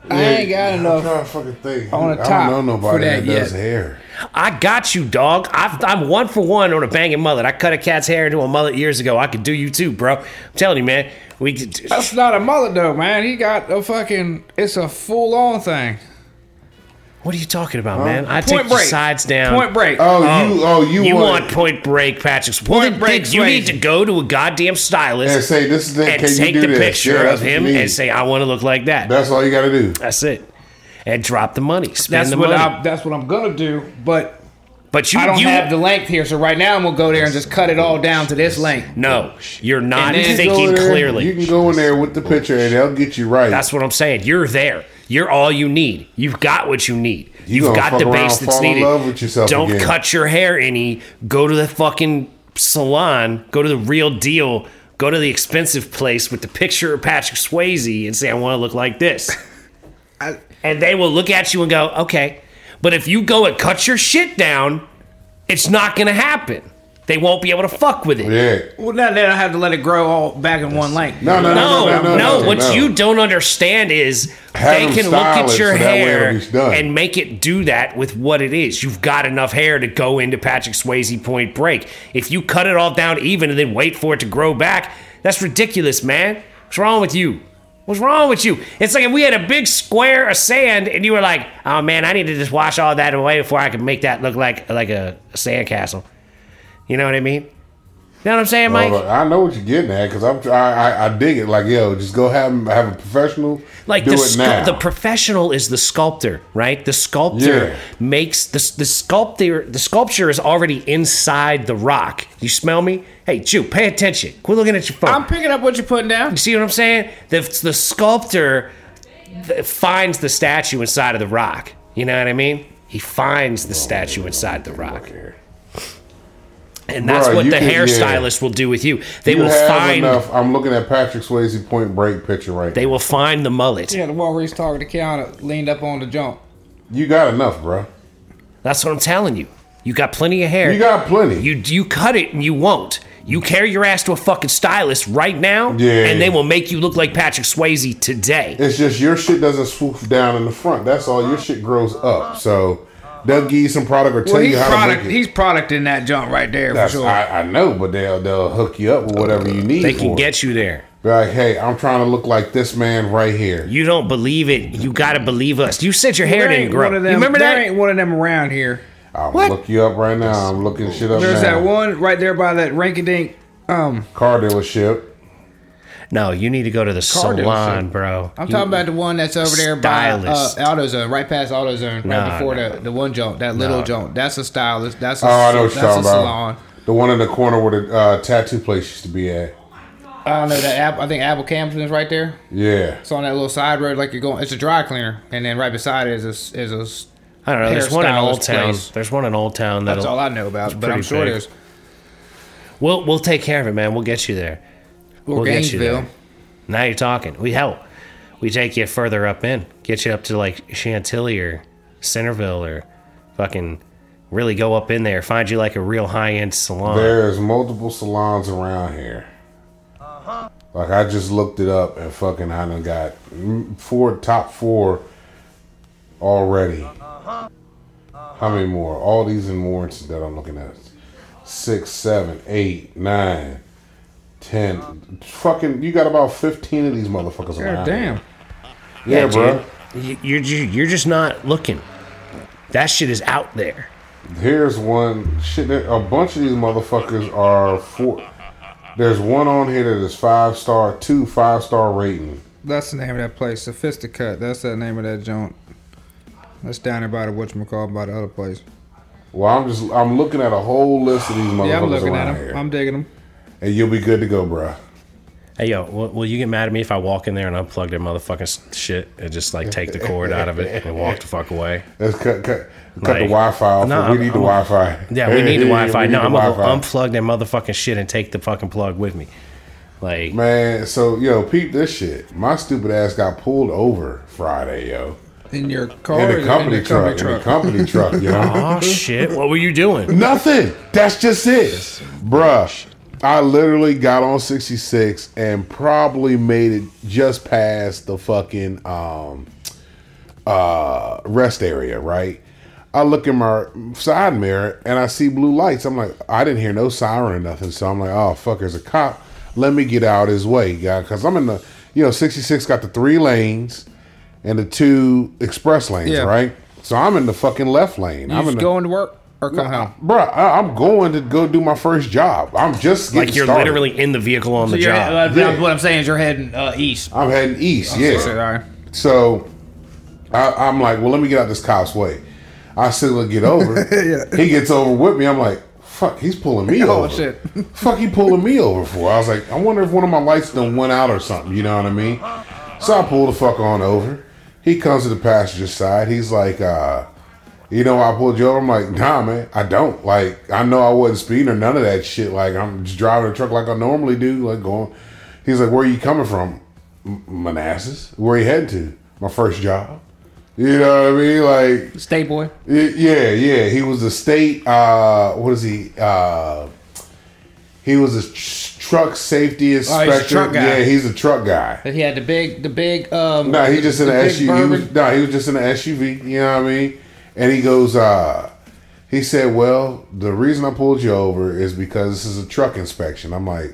[SPEAKER 4] I ain't got
[SPEAKER 2] I'm
[SPEAKER 4] enough.
[SPEAKER 2] trying to fucking think.
[SPEAKER 4] on the
[SPEAKER 2] I
[SPEAKER 4] top
[SPEAKER 2] don't know nobody
[SPEAKER 4] for
[SPEAKER 2] that,
[SPEAKER 4] that
[SPEAKER 2] does
[SPEAKER 4] yet.
[SPEAKER 2] hair.
[SPEAKER 1] I got you, dog. I've, I'm one for one on a banging mullet. I cut a cat's hair into a mullet years ago. I could do you too, bro. I'm telling you, man. We could.
[SPEAKER 4] That's not a mullet though, man. He got a fucking. It's a full on thing.
[SPEAKER 1] What are you talking about, man? I
[SPEAKER 4] Point
[SPEAKER 1] take your
[SPEAKER 4] break.
[SPEAKER 1] sides down.
[SPEAKER 4] Point break.
[SPEAKER 2] Oh, you oh you,
[SPEAKER 1] You
[SPEAKER 2] want,
[SPEAKER 1] want Point Break, Patrick's Point
[SPEAKER 4] Point Break
[SPEAKER 1] You need
[SPEAKER 4] Swayze.
[SPEAKER 1] to go to a goddamn stylist
[SPEAKER 2] and say this is it.
[SPEAKER 1] and
[SPEAKER 2] Can
[SPEAKER 1] take
[SPEAKER 2] you do
[SPEAKER 1] the
[SPEAKER 2] this? Yeah,
[SPEAKER 1] picture
[SPEAKER 2] that's
[SPEAKER 1] of
[SPEAKER 2] what you
[SPEAKER 1] him
[SPEAKER 2] need.
[SPEAKER 1] and say, "I want to look like that."
[SPEAKER 2] that's all you gotta do.
[SPEAKER 1] That's it. And drop the money. Spend
[SPEAKER 4] that's
[SPEAKER 1] the
[SPEAKER 4] what
[SPEAKER 1] money.
[SPEAKER 4] I. That's what I'm gonna do. But
[SPEAKER 1] but you,
[SPEAKER 4] I don't
[SPEAKER 1] you
[SPEAKER 4] have the length here, so right now I'm gonna go there and just cut it all down to this length.
[SPEAKER 1] no. You're not
[SPEAKER 4] And then-
[SPEAKER 2] You can go
[SPEAKER 1] thinking
[SPEAKER 2] in there-
[SPEAKER 1] clearly.
[SPEAKER 2] You can go in there with the picture and they'll get you right.
[SPEAKER 1] That's what I'm saying. You're there. You're all you need. You've got what you need.
[SPEAKER 2] You
[SPEAKER 1] You have
[SPEAKER 2] gonna
[SPEAKER 1] got
[SPEAKER 2] fuck
[SPEAKER 1] the base
[SPEAKER 2] around,
[SPEAKER 1] that's
[SPEAKER 2] fall in
[SPEAKER 1] needed.
[SPEAKER 2] love with yourself
[SPEAKER 1] Don't
[SPEAKER 2] again.
[SPEAKER 1] cut your hair any. Go to the fucking salon. Go to the real deal. Go to the expensive place with the picture of Patrick Swayze and say, I want to look like this. and they will look at you and go, okay. But if you go and cut your shit down, it's not going to happen. They won't be able to fuck with it.
[SPEAKER 2] yeah.
[SPEAKER 4] Well, now then I have to let it grow all back in one length.
[SPEAKER 2] No, no, no,
[SPEAKER 1] No, no,
[SPEAKER 2] no, no,
[SPEAKER 1] What
[SPEAKER 2] no.
[SPEAKER 1] you don't understand is
[SPEAKER 2] Have
[SPEAKER 1] they
[SPEAKER 2] them
[SPEAKER 1] can look
[SPEAKER 2] style
[SPEAKER 1] at
[SPEAKER 2] it
[SPEAKER 1] your
[SPEAKER 2] so that way
[SPEAKER 1] hair
[SPEAKER 2] it'll be done.
[SPEAKER 1] and make it do that with what it is. You've got enough hair to go into Patrick Swayze Point Break. If you cut it all down even and then wait for it to grow back, that's ridiculous, man. What's wrong with you? What's wrong with you? It's like if we had a big square of sand and you were like, "Oh man, I need to just wash all that away before I can make that look like like a, a sandcastle." You know what I mean? You know what I'm saying, Mike?
[SPEAKER 2] Well, I know what you're getting at because I'm tr- I, I I dig it. Like yo, just go have 'em- have a professional
[SPEAKER 1] like
[SPEAKER 2] do
[SPEAKER 1] the,
[SPEAKER 2] it
[SPEAKER 1] scu-
[SPEAKER 2] now.
[SPEAKER 1] the professional is the sculptor right the sculptor
[SPEAKER 2] Yeah.
[SPEAKER 1] makes the, the sculptor the sculpture is already inside the rock you smell me hey jew pay attention quit looking at your phone
[SPEAKER 4] I'm picking up what you're putting down.
[SPEAKER 1] you see what i'm saying the, the sculptor th- finds the statue inside of the rock you know what i mean he finds the statue inside the rock and that's
[SPEAKER 2] Bruh,
[SPEAKER 1] what
[SPEAKER 2] you
[SPEAKER 1] the
[SPEAKER 2] can- yeah.
[SPEAKER 1] hairstylist will do with you they
[SPEAKER 2] you
[SPEAKER 1] will
[SPEAKER 2] have
[SPEAKER 1] find
[SPEAKER 2] enough. I'm looking at Patrick Swayze Point Break picture right.
[SPEAKER 1] they
[SPEAKER 2] now.
[SPEAKER 1] will find the mullet
[SPEAKER 4] Yeah, the one where he's talking to Keanu leaned up on the jump.
[SPEAKER 2] You got enough, bro.
[SPEAKER 1] that's what i'm telling you you got plenty of hair
[SPEAKER 2] You got plenty.
[SPEAKER 1] You you cut it and you won't. You carry your ass to a fucking stylist right now,
[SPEAKER 2] Yeah.
[SPEAKER 1] and they will make you look like Patrick Swayze today.
[SPEAKER 2] it's just your shit doesn't swoop down in the front. That's all. Your shit grows up. So they'll give you some product or tell
[SPEAKER 4] Well,
[SPEAKER 2] you
[SPEAKER 4] he's
[SPEAKER 2] how
[SPEAKER 4] product.
[SPEAKER 2] to make it.
[SPEAKER 4] He's product in that jump right there
[SPEAKER 2] That's,
[SPEAKER 4] for sure.
[SPEAKER 2] I, I know, but they'll they'll hook you up with whatever you need.
[SPEAKER 1] Uh, They can
[SPEAKER 2] for it.
[SPEAKER 1] get you there.
[SPEAKER 2] Be like, hey, I'm trying to look like this man right here.
[SPEAKER 1] You don't believe it. You gotta believe us. You said your hair
[SPEAKER 4] There
[SPEAKER 1] didn't
[SPEAKER 4] ain't
[SPEAKER 1] grow.
[SPEAKER 4] one of
[SPEAKER 1] You
[SPEAKER 4] them-
[SPEAKER 1] remember
[SPEAKER 4] there
[SPEAKER 1] that?
[SPEAKER 4] ain't one of them around here.
[SPEAKER 2] I'll
[SPEAKER 1] What?
[SPEAKER 2] look you up right now. I'm looking shit up
[SPEAKER 4] There's
[SPEAKER 2] now.
[SPEAKER 4] that one right there by that rinky dink. Um,
[SPEAKER 2] Car dealership.
[SPEAKER 1] No, you need to go to the
[SPEAKER 4] dealership.
[SPEAKER 1] salon, bro.
[SPEAKER 4] I'm talking about the one that's over there
[SPEAKER 1] Stylist.
[SPEAKER 4] by uh, AutoZone, right past AutoZone,
[SPEAKER 1] Nah,
[SPEAKER 4] right before
[SPEAKER 1] nah.
[SPEAKER 4] the, the one jump, that little
[SPEAKER 1] Nah.
[SPEAKER 4] jump. That's a stylist. That's a,
[SPEAKER 2] Oh, I know what
[SPEAKER 4] that's
[SPEAKER 2] you're talking
[SPEAKER 4] a
[SPEAKER 2] about.
[SPEAKER 4] salon.
[SPEAKER 2] The one in the corner where the uh, tattoo place used to be at.
[SPEAKER 4] I don't know that. App, I think Apple Campton is right there.
[SPEAKER 2] Yeah.
[SPEAKER 4] It's on that little side road, like you're going. It's a dry cleaner, and then right beside it is a, is a. s-
[SPEAKER 1] I don't know. There's one in
[SPEAKER 4] hairstylist
[SPEAKER 1] Old Town.
[SPEAKER 4] place.
[SPEAKER 1] There's one in Old Town
[SPEAKER 4] That's all
[SPEAKER 1] that'll.
[SPEAKER 4] I know about, but I'm
[SPEAKER 1] pretty
[SPEAKER 4] sure
[SPEAKER 1] big.
[SPEAKER 4] there's
[SPEAKER 1] We'll we'll take care of it, man. We'll get you there.
[SPEAKER 4] well,
[SPEAKER 1] get you
[SPEAKER 4] Gainesville.
[SPEAKER 1] Now you're talking. We help. We take you further up in, get you up to like Chantilly or Centerville or fucking really go up in there, find you like a real high end salon.
[SPEAKER 2] There's multiple salons around here. Like I just looked it up and fucking I done got mm, four top four already. How many more? All these and more that I'm looking at. Six, seven, eight, nine, ten. ten. Fucking, you got about fifteen of these motherfuckers
[SPEAKER 3] God
[SPEAKER 2] around.
[SPEAKER 3] damn.
[SPEAKER 2] Yeah,
[SPEAKER 1] dude.
[SPEAKER 2] bro.
[SPEAKER 1] You- You're ju- you're just not looking. That shit is out there.
[SPEAKER 2] Here's one. Shit, there- a bunch of these motherfuckers are four. There's one on here that is five star, two five star rating.
[SPEAKER 3] That's the name of that place, Sophisticut. That's the name of that joint. That's down there by the whatchamacallit, by the other place.
[SPEAKER 2] Well, I'm just I'm looking at a whole list of these motherfuckers
[SPEAKER 3] Yeah, I'm looking
[SPEAKER 2] around
[SPEAKER 3] at
[SPEAKER 2] here,
[SPEAKER 3] them. I'm digging them.
[SPEAKER 2] and you'll be good to go, bruh.
[SPEAKER 1] Hey yo, will, will you get mad at me if I walk in there and unplug their motherfucking s- shit and just like take the cord out of it and walk the fuck away?
[SPEAKER 2] Let's cut cut cut the
[SPEAKER 1] Like-
[SPEAKER 2] Wi-Fi off.
[SPEAKER 1] No,
[SPEAKER 2] we
[SPEAKER 1] I'm-
[SPEAKER 2] need the
[SPEAKER 1] I'm-
[SPEAKER 2] Wi-Fi.
[SPEAKER 1] Yeah, we need the
[SPEAKER 2] Yeah,
[SPEAKER 1] Wi-Fi.
[SPEAKER 2] we need
[SPEAKER 1] No,
[SPEAKER 2] the
[SPEAKER 1] I'm gonna
[SPEAKER 2] Wi-Fi.
[SPEAKER 1] unplug their motherfucking shit and take the fucking plug with me. Like,
[SPEAKER 2] Man, so yo, peep this shit. My stupid ass got pulled over Friday, yo,
[SPEAKER 3] Oh, In your car,
[SPEAKER 2] in
[SPEAKER 3] or
[SPEAKER 2] a company truck, in a company truck, you
[SPEAKER 1] oh
[SPEAKER 2] know.
[SPEAKER 1] shit, what were you doing?
[SPEAKER 2] Nothing. That's just it. Bruh. I literally got on 66 and probably made it just past the fucking um uh rest area, right? I look in my side mirror and I see blue lights. I'm like, I didn't hear no siren or nothing. So I'm like, oh fuck, there's a cop. Let me get out of his way, guy, because I'm in the you know 66 got the three lanes and the two express lanes,
[SPEAKER 3] Yeah.
[SPEAKER 2] right? So I'm in the fucking left lane.
[SPEAKER 3] You
[SPEAKER 2] I'm in
[SPEAKER 3] just
[SPEAKER 2] the,
[SPEAKER 3] going to work or come home.
[SPEAKER 2] Bruh, I, I'm going to go do my first job. I'm just getting
[SPEAKER 1] Like you're
[SPEAKER 2] started.
[SPEAKER 1] literally in the vehicle on the
[SPEAKER 4] You're-
[SPEAKER 1] job.
[SPEAKER 4] uh,
[SPEAKER 2] Yeah.
[SPEAKER 4] What I'm saying is you're heading uh, east.
[SPEAKER 2] I'm heading east.
[SPEAKER 3] So, all
[SPEAKER 2] Yeah.
[SPEAKER 3] right.
[SPEAKER 2] So I, I'm like, well, let me get out this cop's way. I signal to get over. He gets over with me. I'm like, fuck, he's pulling me
[SPEAKER 3] Oh,
[SPEAKER 2] over.
[SPEAKER 3] shit.
[SPEAKER 2] fuck, he pulling me over for. I was like, I wonder if one of my lights done went out or something. You know what I mean? So I pull the fuck on over. He comes to the passenger side. He's like, uh, you know, why I pulled you over. I'm like, nah, man, I don't. Like, I know I wasn't speeding or none of that shit. Like, I'm just driving the truck like I normally do. Like, going. He's like, where are you coming from? M- Manassas. Where you heading to? My first job. You know what I mean? Like,
[SPEAKER 4] Stay boy.
[SPEAKER 2] Y- Yeah, yeah. He was a state. Uh, what is he? Uh, he was a tr- truck safety
[SPEAKER 4] Oh, a
[SPEAKER 2] inspector.
[SPEAKER 4] truck guy.
[SPEAKER 2] Yeah, he's a truck guy.
[SPEAKER 4] But he had the big, the big. Um,
[SPEAKER 2] No, he just in
[SPEAKER 4] the
[SPEAKER 2] an
[SPEAKER 4] big
[SPEAKER 2] SUV. He
[SPEAKER 4] bourbon.
[SPEAKER 2] was, no, he was just in an SUV. You know what I mean? And he goes. uh He said, "Well, the reason I pulled you over is because this is a truck inspection." I'm like,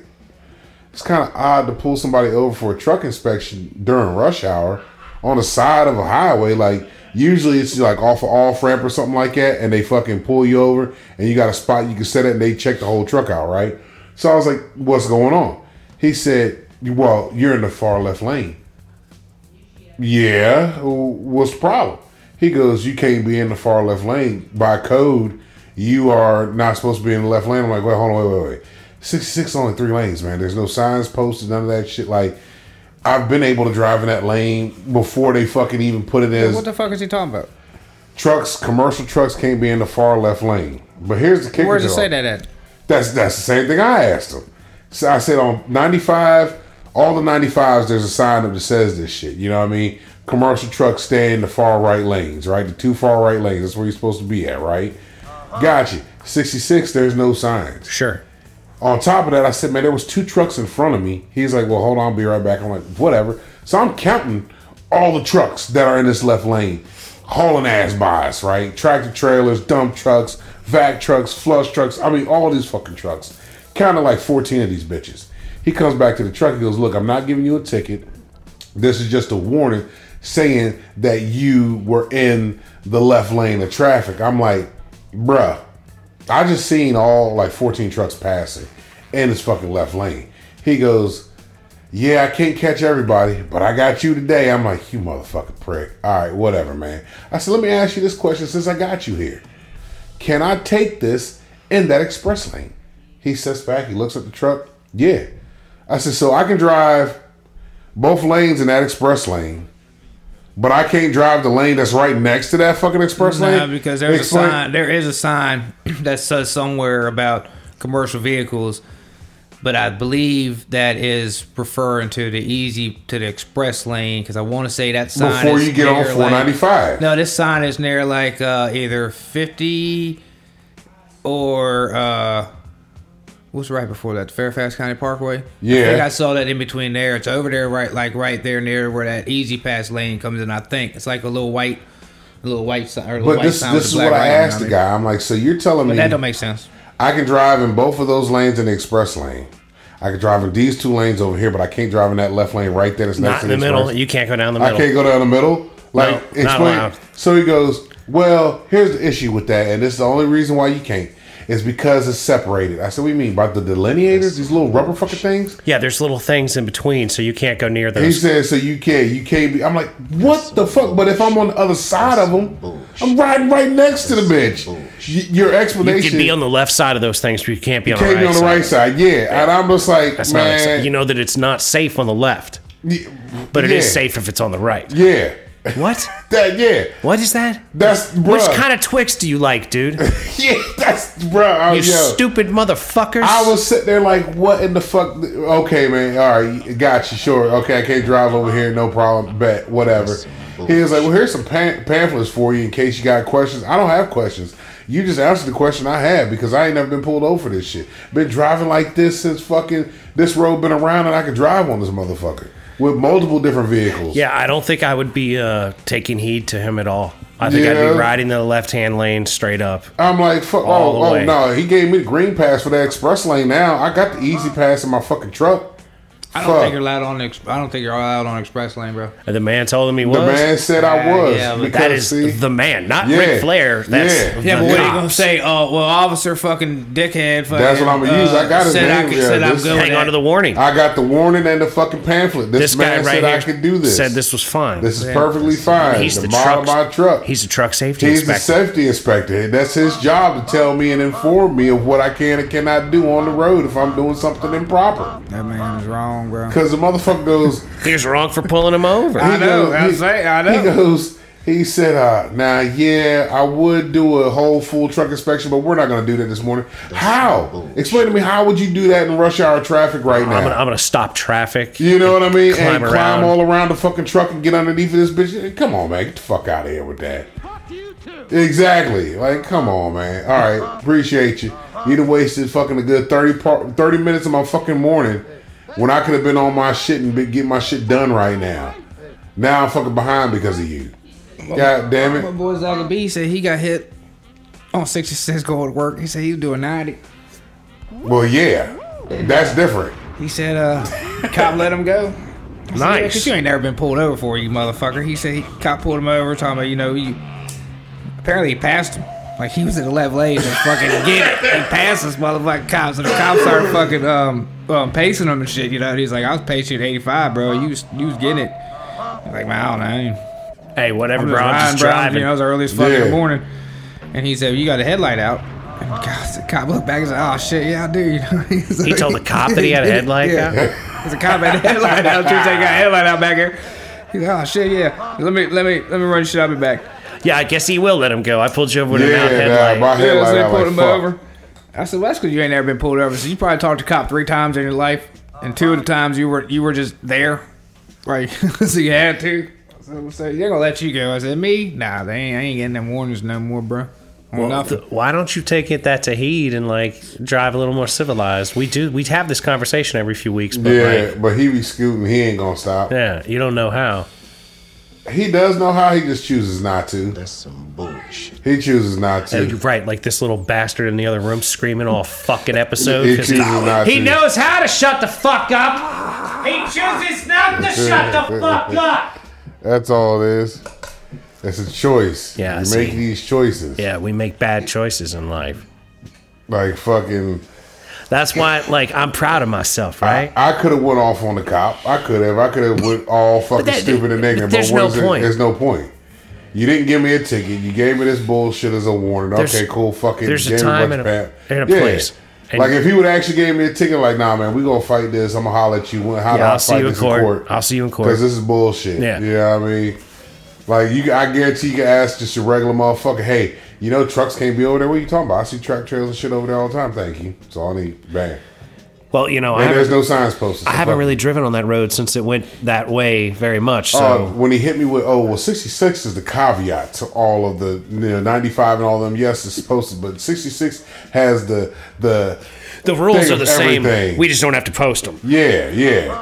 [SPEAKER 2] it's kind of odd to pull somebody over for a truck inspection during rush hour on the side of a highway. Like usually it's like off of off ramp or something like that, and they fucking pull you over, and you got a spot you can set it, and they check the whole truck out, right? So I was like, "What's going on?" He said, "Well, you're in the far left lane." Yeah, w- what's the problem? He goes, "You can't be in the far left lane by code. You are not supposed to be in the left lane." I'm like, "Wait, hold on, wait, wait, wait. Sixty six only three lanes, man. There's no signs posted, none of that shit. Like, I've been able to drive in that lane before they fucking even put it as
[SPEAKER 3] What the fuck is he talking about?
[SPEAKER 2] trucks. Commercial trucks can't be in the far left lane. But here's the kicker.
[SPEAKER 3] Where's it
[SPEAKER 2] though.
[SPEAKER 3] say that at?
[SPEAKER 2] That's that's the same thing I asked him. So I said on ninety five, all the ninety fives, there's a sign up that says this shit. You know what I mean? Commercial trucks stay in the far right lanes, right? The two far right lanes. That's where you're supposed to be at, right? Got you. Sixty six. There's no signs.
[SPEAKER 1] Sure.
[SPEAKER 2] On top of that, I said, man, there was two trucks in front of me. He's like, well, hold on, I'll be right back. I'm like, whatever. So I'm counting all the trucks that are in this left lane, hauling ass by us, right? Tractor trailers, dump trucks, vac trucks, flush trucks. I mean, all these fucking trucks. Counted like 14 of these bitches. He comes back to the truck. He goes, look, I'm not giving you a ticket. This is just a warning saying that you were in the left lane of traffic. I'm like, bruh, I just seen all like 14 trucks passing in this fucking left lane. He goes, yeah, I can't catch everybody, but I got you today. I'm like, you motherfucking prick. All right, whatever, man. I said, let me ask you this question since I got you here. Can I take this in that express lane? He sits back, he looks at the truck. Yeah. I said, so I can drive both lanes in that express lane, but I can't drive the lane that's right next to that fucking express
[SPEAKER 4] No,
[SPEAKER 2] lane?
[SPEAKER 4] because there's
[SPEAKER 2] Explain-
[SPEAKER 4] a sign. There is a sign that says somewhere about commercial vehicles, but I believe that is referring to the easy to the express lane because I want to say that sign
[SPEAKER 2] Before
[SPEAKER 4] is
[SPEAKER 2] you get on
[SPEAKER 4] near, like-
[SPEAKER 2] 495.
[SPEAKER 4] no, this sign is near like uh, either fifty or uh, what's right before that Fairfax County Parkway. I
[SPEAKER 2] Yeah.
[SPEAKER 4] think I saw that in between there. It's over there, right? Like right there near where that easy pass lane comes in. I think it's like a little white. A little white sign, or a little
[SPEAKER 2] But
[SPEAKER 4] white
[SPEAKER 2] this
[SPEAKER 4] sign with
[SPEAKER 2] this
[SPEAKER 4] a
[SPEAKER 2] is
[SPEAKER 4] black
[SPEAKER 2] what I
[SPEAKER 4] writing on
[SPEAKER 2] asked the
[SPEAKER 4] it.
[SPEAKER 2] guy. I'm like, so you're telling
[SPEAKER 4] But that don't
[SPEAKER 2] me
[SPEAKER 4] make sense.
[SPEAKER 2] I can drive in both of those lanes in the express lane. I could drive in these two lanes over here, but I can't drive in that left lane right there. That's next
[SPEAKER 1] Not
[SPEAKER 2] to
[SPEAKER 1] in the middle.
[SPEAKER 2] express.
[SPEAKER 1] You can't go down the
[SPEAKER 2] I
[SPEAKER 1] middle.
[SPEAKER 2] can't go down the middle. Like
[SPEAKER 1] not
[SPEAKER 2] explain.
[SPEAKER 1] allowed.
[SPEAKER 2] So he goes, "Well, here's the issue with that, and this is the only reason why you can't is because it's separated." I said, "What do you mean by the delineators? These little rubber fucking things?"
[SPEAKER 1] yeah, there's little things in between, so you can't go near
[SPEAKER 2] He
[SPEAKER 1] those.
[SPEAKER 2] said, "So you can't, you can't be." I'm like, "What the fuck?" But if I'm on the other side of them, I'm riding right next to the bitch. Y- Your
[SPEAKER 1] You
[SPEAKER 2] explanation
[SPEAKER 1] could be on the left side of those things, but you can't be on,
[SPEAKER 2] can't
[SPEAKER 1] the, right
[SPEAKER 2] be on the right
[SPEAKER 1] side.
[SPEAKER 2] side. Yeah, and I'm just like,
[SPEAKER 1] That's not
[SPEAKER 2] man,
[SPEAKER 1] accept- you know that it's not safe on the left,
[SPEAKER 2] y-
[SPEAKER 1] but it is
[SPEAKER 2] yeah,
[SPEAKER 1] safe if it's on the right.
[SPEAKER 2] Yeah,
[SPEAKER 1] What?
[SPEAKER 2] that yeah.
[SPEAKER 1] What is that?
[SPEAKER 2] That's bruh.
[SPEAKER 1] Which kind of Twix do you like, dude?
[SPEAKER 2] yeah, that's bruh. Oh,
[SPEAKER 1] You
[SPEAKER 2] yo.
[SPEAKER 1] stupid motherfuckers.
[SPEAKER 2] I was sitting there like, what in the fuck? Okay, man. All right, got you. Sure. Okay, I can't drive over here. No problem. Bet. Whatever. He was like, well, here's some pam- pamphlets for you in case you got questions. I don't have questions. You just answered the question I had because I ain't never been pulled over for this shit. Been driving like this since fucking this road been around and I could drive on this motherfucker with multiple different vehicles.
[SPEAKER 1] Yeah, I don't think I would be uh, taking heed to him at all. I think I'd
[SPEAKER 2] Yeah.
[SPEAKER 1] be riding the left hand lane straight up.
[SPEAKER 2] I'm like, fuck,
[SPEAKER 1] All the
[SPEAKER 2] oh, oh
[SPEAKER 1] way.
[SPEAKER 2] no. He gave me the green pass for that express lane now. I got the easy pass in my fucking truck.
[SPEAKER 4] I don't
[SPEAKER 2] Fuck.
[SPEAKER 4] think you're allowed on. Ex- I don't think you're allowed on express lane, bro.
[SPEAKER 1] And the man told him he
[SPEAKER 2] The
[SPEAKER 1] was.
[SPEAKER 2] man said I
[SPEAKER 4] Uh,
[SPEAKER 2] was.
[SPEAKER 4] yeah, but
[SPEAKER 1] that
[SPEAKER 2] because,
[SPEAKER 1] is
[SPEAKER 2] see-
[SPEAKER 1] the man, not
[SPEAKER 2] Yeah.
[SPEAKER 1] Ric Flair. That's
[SPEAKER 2] Yeah.
[SPEAKER 4] Yeah,
[SPEAKER 1] the
[SPEAKER 4] but what are you
[SPEAKER 1] cops.
[SPEAKER 4] gonna say? Oh, well, officer, fucking dickhead. Fucking, uh,
[SPEAKER 2] That's what I'ma use. I got his
[SPEAKER 4] said
[SPEAKER 2] name
[SPEAKER 4] I could,
[SPEAKER 2] there.
[SPEAKER 4] said I'm
[SPEAKER 2] This-
[SPEAKER 4] good.
[SPEAKER 1] Hang on to the warning.
[SPEAKER 2] I got the warning and the fucking pamphlet. This,
[SPEAKER 1] this guy
[SPEAKER 2] man
[SPEAKER 1] right
[SPEAKER 2] said
[SPEAKER 1] here
[SPEAKER 2] I could do this.
[SPEAKER 1] said this was fine.
[SPEAKER 2] This is perfectly fine.
[SPEAKER 1] he's the,
[SPEAKER 2] the, model
[SPEAKER 1] truck.
[SPEAKER 2] of my truck.
[SPEAKER 1] He's the truck safety
[SPEAKER 2] He's the
[SPEAKER 1] inspector.
[SPEAKER 2] safety inspector. That's his job to tell me and inform me of what I can and cannot do on the road if I'm doing something improper.
[SPEAKER 4] That man is wrong, bro.
[SPEAKER 2] Because the motherfucker goes,
[SPEAKER 1] He was wrong for pulling him over.
[SPEAKER 2] He
[SPEAKER 4] I know,
[SPEAKER 2] goes-
[SPEAKER 4] I was saying, I know.
[SPEAKER 2] He goes. He said, uh, "Now, yeah, I would do a whole full truck inspection, but we're not going to do that this morning. how? Explain to me how would you do that in rush hour traffic right now?
[SPEAKER 1] I'm gonna, I'm gonna stop traffic.
[SPEAKER 2] You know what I mean?
[SPEAKER 1] Climb
[SPEAKER 2] and
[SPEAKER 1] around.
[SPEAKER 2] climb all around the fucking truck and get underneath of this bitch. Come on, man. Get the fuck out of here with that. Exactly. Like, come on, man. All right. Appreciate you. You'd have wasted fucking a good 30, par- 30 minutes of my fucking morning when I could have been on my shit and be- get my shit done right now. Now I'm fucking behind because of you. God damn
[SPEAKER 4] My
[SPEAKER 2] it.
[SPEAKER 4] boy Zach B said he got hit on 66 going to work. He said he was doing 90.
[SPEAKER 2] Well, yeah. That's different.
[SPEAKER 4] He said, uh, cop let him go. I said, "Yeah, 'cause
[SPEAKER 1] Nice.
[SPEAKER 4] you ain't never been pulled over for, you motherfucker. He said he cop pulled him over, talking about, you know, he apparently he passed him. Like he was in the left lane and fucking get it. He passed this motherfucking cops and the cops started fucking um, um pacing him and shit, you know. And he's like, I was pacing at 85, bro. You was, you was getting it. He's like, man, I don't know. I ain't-
[SPEAKER 1] Hey, whatever,
[SPEAKER 4] I'm
[SPEAKER 1] bro. I'm
[SPEAKER 4] riding,
[SPEAKER 1] just
[SPEAKER 4] bro.
[SPEAKER 1] driving.
[SPEAKER 4] You know, it was early as fuck in
[SPEAKER 2] Yeah.
[SPEAKER 4] the morning. And he said, "You got a headlight out." And God, the cop looked back and said, "Oh shit, yeah, I do." You know? He's like-
[SPEAKER 1] told the cop that he had a headlight
[SPEAKER 4] yeah. out. There's a cop had a headlight out. He said, "You got a headlight out back here." He's like, "Oh shit, yeah. Let me, let me, let me run shit. I'll be back."
[SPEAKER 1] yeah, I guess he will let him go. I pulled you over with a
[SPEAKER 2] Yeah,
[SPEAKER 1] mount
[SPEAKER 2] nah,
[SPEAKER 1] headlight.
[SPEAKER 2] my
[SPEAKER 4] Yeah, so
[SPEAKER 2] headlight
[SPEAKER 4] they
[SPEAKER 2] out
[SPEAKER 4] pulled
[SPEAKER 2] like
[SPEAKER 4] him
[SPEAKER 2] fuck.
[SPEAKER 4] over. I said, well, "That's because you ain't never been pulled over. So you probably talked to the cop three times in your life, and two of the times you were you were just there, right? so you had to." So, so they're gonna let you go. I said, "Me? Nah, they ain't, I ain't getting them warnings no more, bro." Or
[SPEAKER 1] Well,
[SPEAKER 4] nothing.
[SPEAKER 1] th- why don't you take it that to heed and like drive a little more civilized? We do. We have this conversation every few weeks, but
[SPEAKER 2] Yeah,
[SPEAKER 1] like,
[SPEAKER 2] but he be scooting. He ain't going to stop.
[SPEAKER 1] yeah, you don't know how.
[SPEAKER 2] He does know how. He just chooses not to.
[SPEAKER 5] That's some bullshit.
[SPEAKER 2] He chooses not to.
[SPEAKER 1] Oh, you're right. Like this little bastard in the other room screaming all fucking episode.
[SPEAKER 2] He
[SPEAKER 1] 'cause
[SPEAKER 2] chooses not
[SPEAKER 1] he
[SPEAKER 2] to.
[SPEAKER 1] knows how to shut the fuck up. He chooses not to shut the fuck up.
[SPEAKER 2] That's all it is. It's a choice.
[SPEAKER 1] Yeah, I
[SPEAKER 2] you
[SPEAKER 1] see.
[SPEAKER 2] make these choices.
[SPEAKER 1] Yeah, we make bad choices in life.
[SPEAKER 2] Like fucking,
[SPEAKER 1] That's why, like, I'm proud of myself, right?
[SPEAKER 2] I could have went off on the cop. I could have. I could have went all fucking
[SPEAKER 1] that-
[SPEAKER 2] stupid and ignorant. But
[SPEAKER 1] there's
[SPEAKER 2] what
[SPEAKER 1] no
[SPEAKER 2] is it?
[SPEAKER 1] point.
[SPEAKER 2] There's no point. You didn't give me a ticket. You gave me this bullshit as a warning.
[SPEAKER 1] There's-
[SPEAKER 2] okay, cool. Fucking.
[SPEAKER 1] there's a
[SPEAKER 2] gave me
[SPEAKER 1] time
[SPEAKER 2] bunch
[SPEAKER 1] and a-
[SPEAKER 2] of pa-
[SPEAKER 1] and a place. And-
[SPEAKER 2] like if he would actually gave me a ticket, like nah, man, we gonna fight this. I'm gonna holler at you. When- How do
[SPEAKER 1] Yeah,
[SPEAKER 2] I
[SPEAKER 1] I'll see
[SPEAKER 2] fight
[SPEAKER 1] you in
[SPEAKER 2] this
[SPEAKER 1] court. I'll see you in court.
[SPEAKER 2] Because this is bullshit.
[SPEAKER 1] Yeah.
[SPEAKER 2] You know what I mean? Like you, I guarantee you can ask just a regular motherfucker. Hey, you know trucks can't be over there. What you talking about? I see track trails and shit over there all the time. Thank you. That's all I need. Bang.
[SPEAKER 1] well, you know, I
[SPEAKER 2] And there's
[SPEAKER 1] haven't,
[SPEAKER 2] no signs posted.
[SPEAKER 1] I haven't
[SPEAKER 2] Fuck.
[SPEAKER 1] really driven on that road since it went that way very much. So,
[SPEAKER 2] Uh, when he hit me with, oh well, sixty six is the caveat to all of the you know, ninety five and all them. Yes, it's supposed to, but sixty six has the the
[SPEAKER 1] the rules
[SPEAKER 2] thing
[SPEAKER 1] are the
[SPEAKER 2] of
[SPEAKER 1] same.
[SPEAKER 2] everything.
[SPEAKER 1] We just don't have to post them.
[SPEAKER 2] yeah yeah.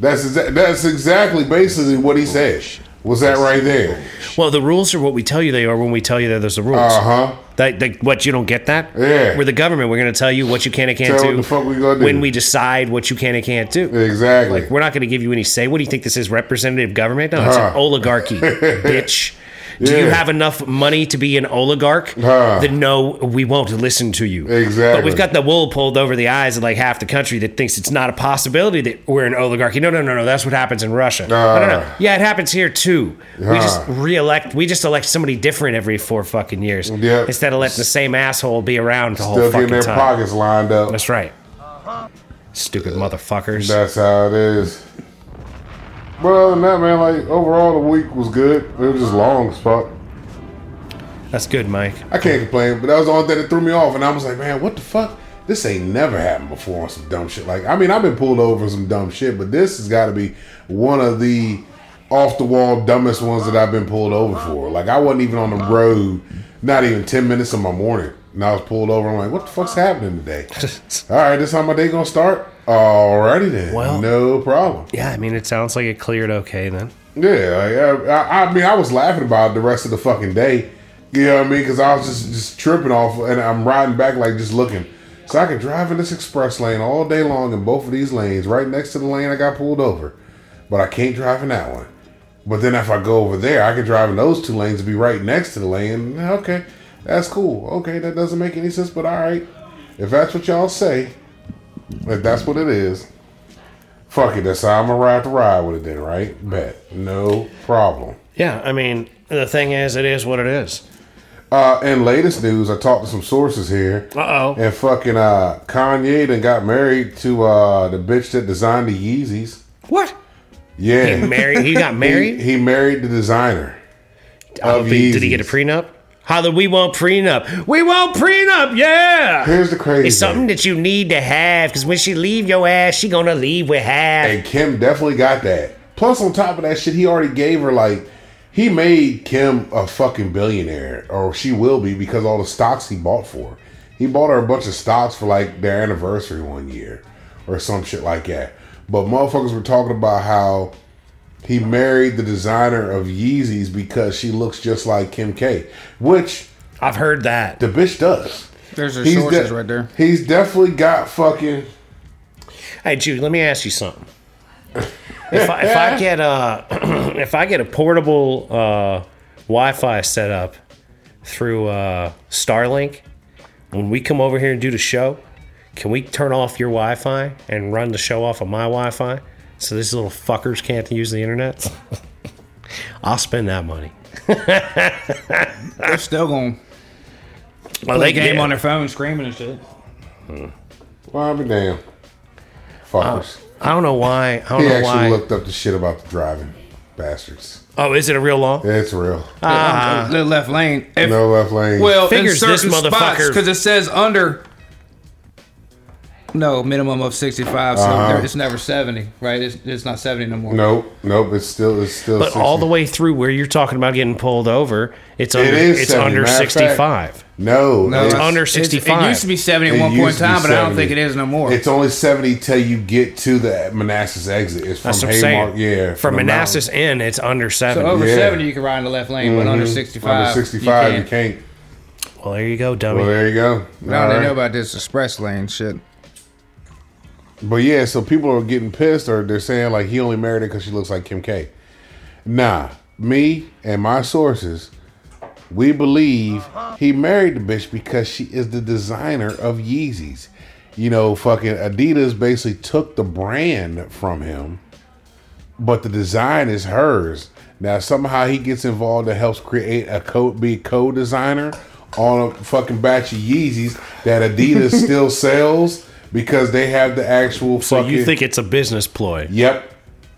[SPEAKER 2] That's exa- that's exactly basically what he said. Was that right there?
[SPEAKER 1] Well, the rules are what we tell you they are when we tell you that there's the rules.
[SPEAKER 2] Uh huh.
[SPEAKER 1] That, that- what you don't get that?
[SPEAKER 2] Yeah.
[SPEAKER 1] We're the government. We're going to tell you what you can and can't
[SPEAKER 2] Tell
[SPEAKER 1] do.
[SPEAKER 2] what the fuck we gonna do.
[SPEAKER 1] when we decide what you can and can't do.
[SPEAKER 2] Exactly.
[SPEAKER 1] We're not going to give you any say. What do you think this is? Representative government? No, it's
[SPEAKER 2] Huh.
[SPEAKER 1] an oligarchy, bitch. Do you
[SPEAKER 2] Yeah.
[SPEAKER 1] have enough money to be an oligarch?
[SPEAKER 2] Huh.
[SPEAKER 1] Then no, we won't listen to you. But
[SPEAKER 2] Exactly.
[SPEAKER 1] we've got the wool pulled over the eyes of like half the country that thinks it's not a possibility that we're an oligarchy. No, no, no, no. That's what happens in Russia. No, no, no.
[SPEAKER 2] Huh.
[SPEAKER 1] Yeah, it happens here too. We just
[SPEAKER 2] Huh.
[SPEAKER 1] re-elect. We just elect somebody different every four fucking years
[SPEAKER 2] Yep.
[SPEAKER 1] instead of letting the same asshole be around the whole
[SPEAKER 2] Still
[SPEAKER 1] fucking
[SPEAKER 2] getting their
[SPEAKER 1] time.
[SPEAKER 2] pockets lined up.
[SPEAKER 1] That's right. Stupid motherfuckers.
[SPEAKER 2] That's how it is. But other than that, man, like overall the week was good. It was just long as fuck.
[SPEAKER 1] That's good, Mike.
[SPEAKER 2] I can't complain, but that was the only thing that threw me off, and I was like, man, what the fuck? This ain't never happened before on some dumb shit. Like, I mean, I've been pulled over on some dumb shit, but this has got to be one of the off the wall dumbest ones that I've been pulled over for. Like, I wasn't even on the road, not even ten minutes of my morning, and I was pulled over. I'm like, what the fuck's happening today? All right, this how my day gonna start. Alrighty then,
[SPEAKER 1] Well-
[SPEAKER 2] no problem.
[SPEAKER 1] yeah, I mean, it sounds like it cleared okay then.
[SPEAKER 2] Yeah, like, I, I, I mean, I was laughing about it the rest of the fucking day. You know what I mean? Because I was just just tripping off, and I'm riding back like just looking. So I could drive in this express lane all day long in both of these lanes, right next to the lane I got pulled over, but I can't drive in that one. But then if I go over there, I could drive in those two lanes and be right next to the lane. Okay, that's cool. Okay, that doesn't make any sense, but all right. If that's what y'all say, if that's what it is, Fuck it, that's how I'm gonna ride the ride with it then, right? Bet. No problem.
[SPEAKER 1] Yeah, I mean, the thing is, it is what it is.
[SPEAKER 2] Uh and latest news, I talked to some sources here.
[SPEAKER 1] Uh oh.
[SPEAKER 2] And fucking uh Kanye done got married to uh the bitch that designed the Yeezys.
[SPEAKER 1] What?
[SPEAKER 2] Yeah.
[SPEAKER 1] He married. He got married.
[SPEAKER 2] He, he married the designer.
[SPEAKER 1] I don't
[SPEAKER 2] of
[SPEAKER 1] think- did he
[SPEAKER 2] Yeezys.
[SPEAKER 1] get a prenup? Holla, we want prenup. We want prenup. Yeah.
[SPEAKER 2] Here's the crazy
[SPEAKER 1] It's something
[SPEAKER 2] thing.
[SPEAKER 1] that you need to have because when she leave your ass, she gonna leave with half.
[SPEAKER 2] And Kim definitely got that. Plus, on top of that shit, he already gave her like he made Kim a fucking billionaire, or she will be because all the stocks he bought for. her. He bought her a bunch of stocks for like their anniversary one year, or some shit like that. But motherfuckers were talking about how he married the designer of Yeezys because she looks just like Kim K, which
[SPEAKER 1] I've heard that.
[SPEAKER 2] the bitch does.
[SPEAKER 4] There's your
[SPEAKER 2] He's
[SPEAKER 4] sources
[SPEAKER 2] de-
[SPEAKER 4] right there.
[SPEAKER 2] He's definitely got fucking.
[SPEAKER 1] Hey, Jude, let me ask you something. If I, if I get a if I get a portable uh, Wi-Fi set up through uh, Starlink, when we come over here and do the show, can we turn off your Wi-Fi and run the show off of my Wi-Fi so these little fuckers can't use the internet? I'll spend that money.
[SPEAKER 4] They're still going
[SPEAKER 1] Well,
[SPEAKER 4] play game on their phone, screaming and shit.
[SPEAKER 2] Well, I'll be damned. Fuckers.
[SPEAKER 4] Uh,
[SPEAKER 1] I don't know why. I don't
[SPEAKER 2] He
[SPEAKER 1] know
[SPEAKER 2] actually
[SPEAKER 1] why.
[SPEAKER 2] looked up the shit about the driving bastards.
[SPEAKER 1] oh, is it a real law?
[SPEAKER 2] It's real.
[SPEAKER 4] the left lane. If,
[SPEAKER 2] no left lane.
[SPEAKER 4] Well,
[SPEAKER 1] Figures
[SPEAKER 4] in
[SPEAKER 1] this
[SPEAKER 4] certain spots
[SPEAKER 1] motherfucker-
[SPEAKER 4] because it says under. No, minimum of sixty-five. So
[SPEAKER 2] Uh-huh.
[SPEAKER 4] there, it's never seventy, right? It's, it's not seventy no more.
[SPEAKER 2] nope, nope. It's still, it's still.
[SPEAKER 1] But all the
[SPEAKER 2] 60.
[SPEAKER 1] way through where you're talking about getting pulled over, it's under
[SPEAKER 2] is
[SPEAKER 1] it's
[SPEAKER 2] 70.
[SPEAKER 1] under
[SPEAKER 2] Matter of fact,
[SPEAKER 1] 65.
[SPEAKER 2] no,
[SPEAKER 4] No,
[SPEAKER 2] it's,
[SPEAKER 4] that's-
[SPEAKER 1] under
[SPEAKER 4] it's-
[SPEAKER 1] 65.
[SPEAKER 4] It used to be seventy at
[SPEAKER 2] It
[SPEAKER 4] one point
[SPEAKER 2] used
[SPEAKER 4] in
[SPEAKER 2] to be
[SPEAKER 4] time, but I don't
[SPEAKER 2] 70.
[SPEAKER 4] think it is no more.
[SPEAKER 2] it's only seventy till you get to the Manassas exit. It's from
[SPEAKER 1] That's what I'm
[SPEAKER 2] Haymarket.
[SPEAKER 1] saying.
[SPEAKER 2] Yeah,
[SPEAKER 1] From
[SPEAKER 2] the
[SPEAKER 1] Manassas in, it's under
[SPEAKER 4] so
[SPEAKER 1] 70.
[SPEAKER 4] over
[SPEAKER 2] yeah.
[SPEAKER 4] seventy, you can ride in the left lane, but under
[SPEAKER 2] mountain.
[SPEAKER 4] sixty-five,
[SPEAKER 2] Under sixty-five, you
[SPEAKER 4] you can't.
[SPEAKER 2] can't.
[SPEAKER 1] well, there you go, dummy.
[SPEAKER 2] Well, there you go.
[SPEAKER 4] No,
[SPEAKER 2] All
[SPEAKER 4] they
[SPEAKER 2] right.
[SPEAKER 4] know about this express lane shit.
[SPEAKER 2] But yeah, so people are getting pissed, or they're saying like he only married her because she looks like Kim K. Nah, me and my sources, we believe he married the bitch because she is the designer of Yeezys. You know, fucking Adidas basically took the brand from him, but the design is hers. Now somehow he gets involved and helps create a co be co-designer on a fucking batch of Yeezys that Adidas still sells because they have the actual
[SPEAKER 1] so
[SPEAKER 2] fucking.
[SPEAKER 1] you think it's a business ploy?
[SPEAKER 2] Yep.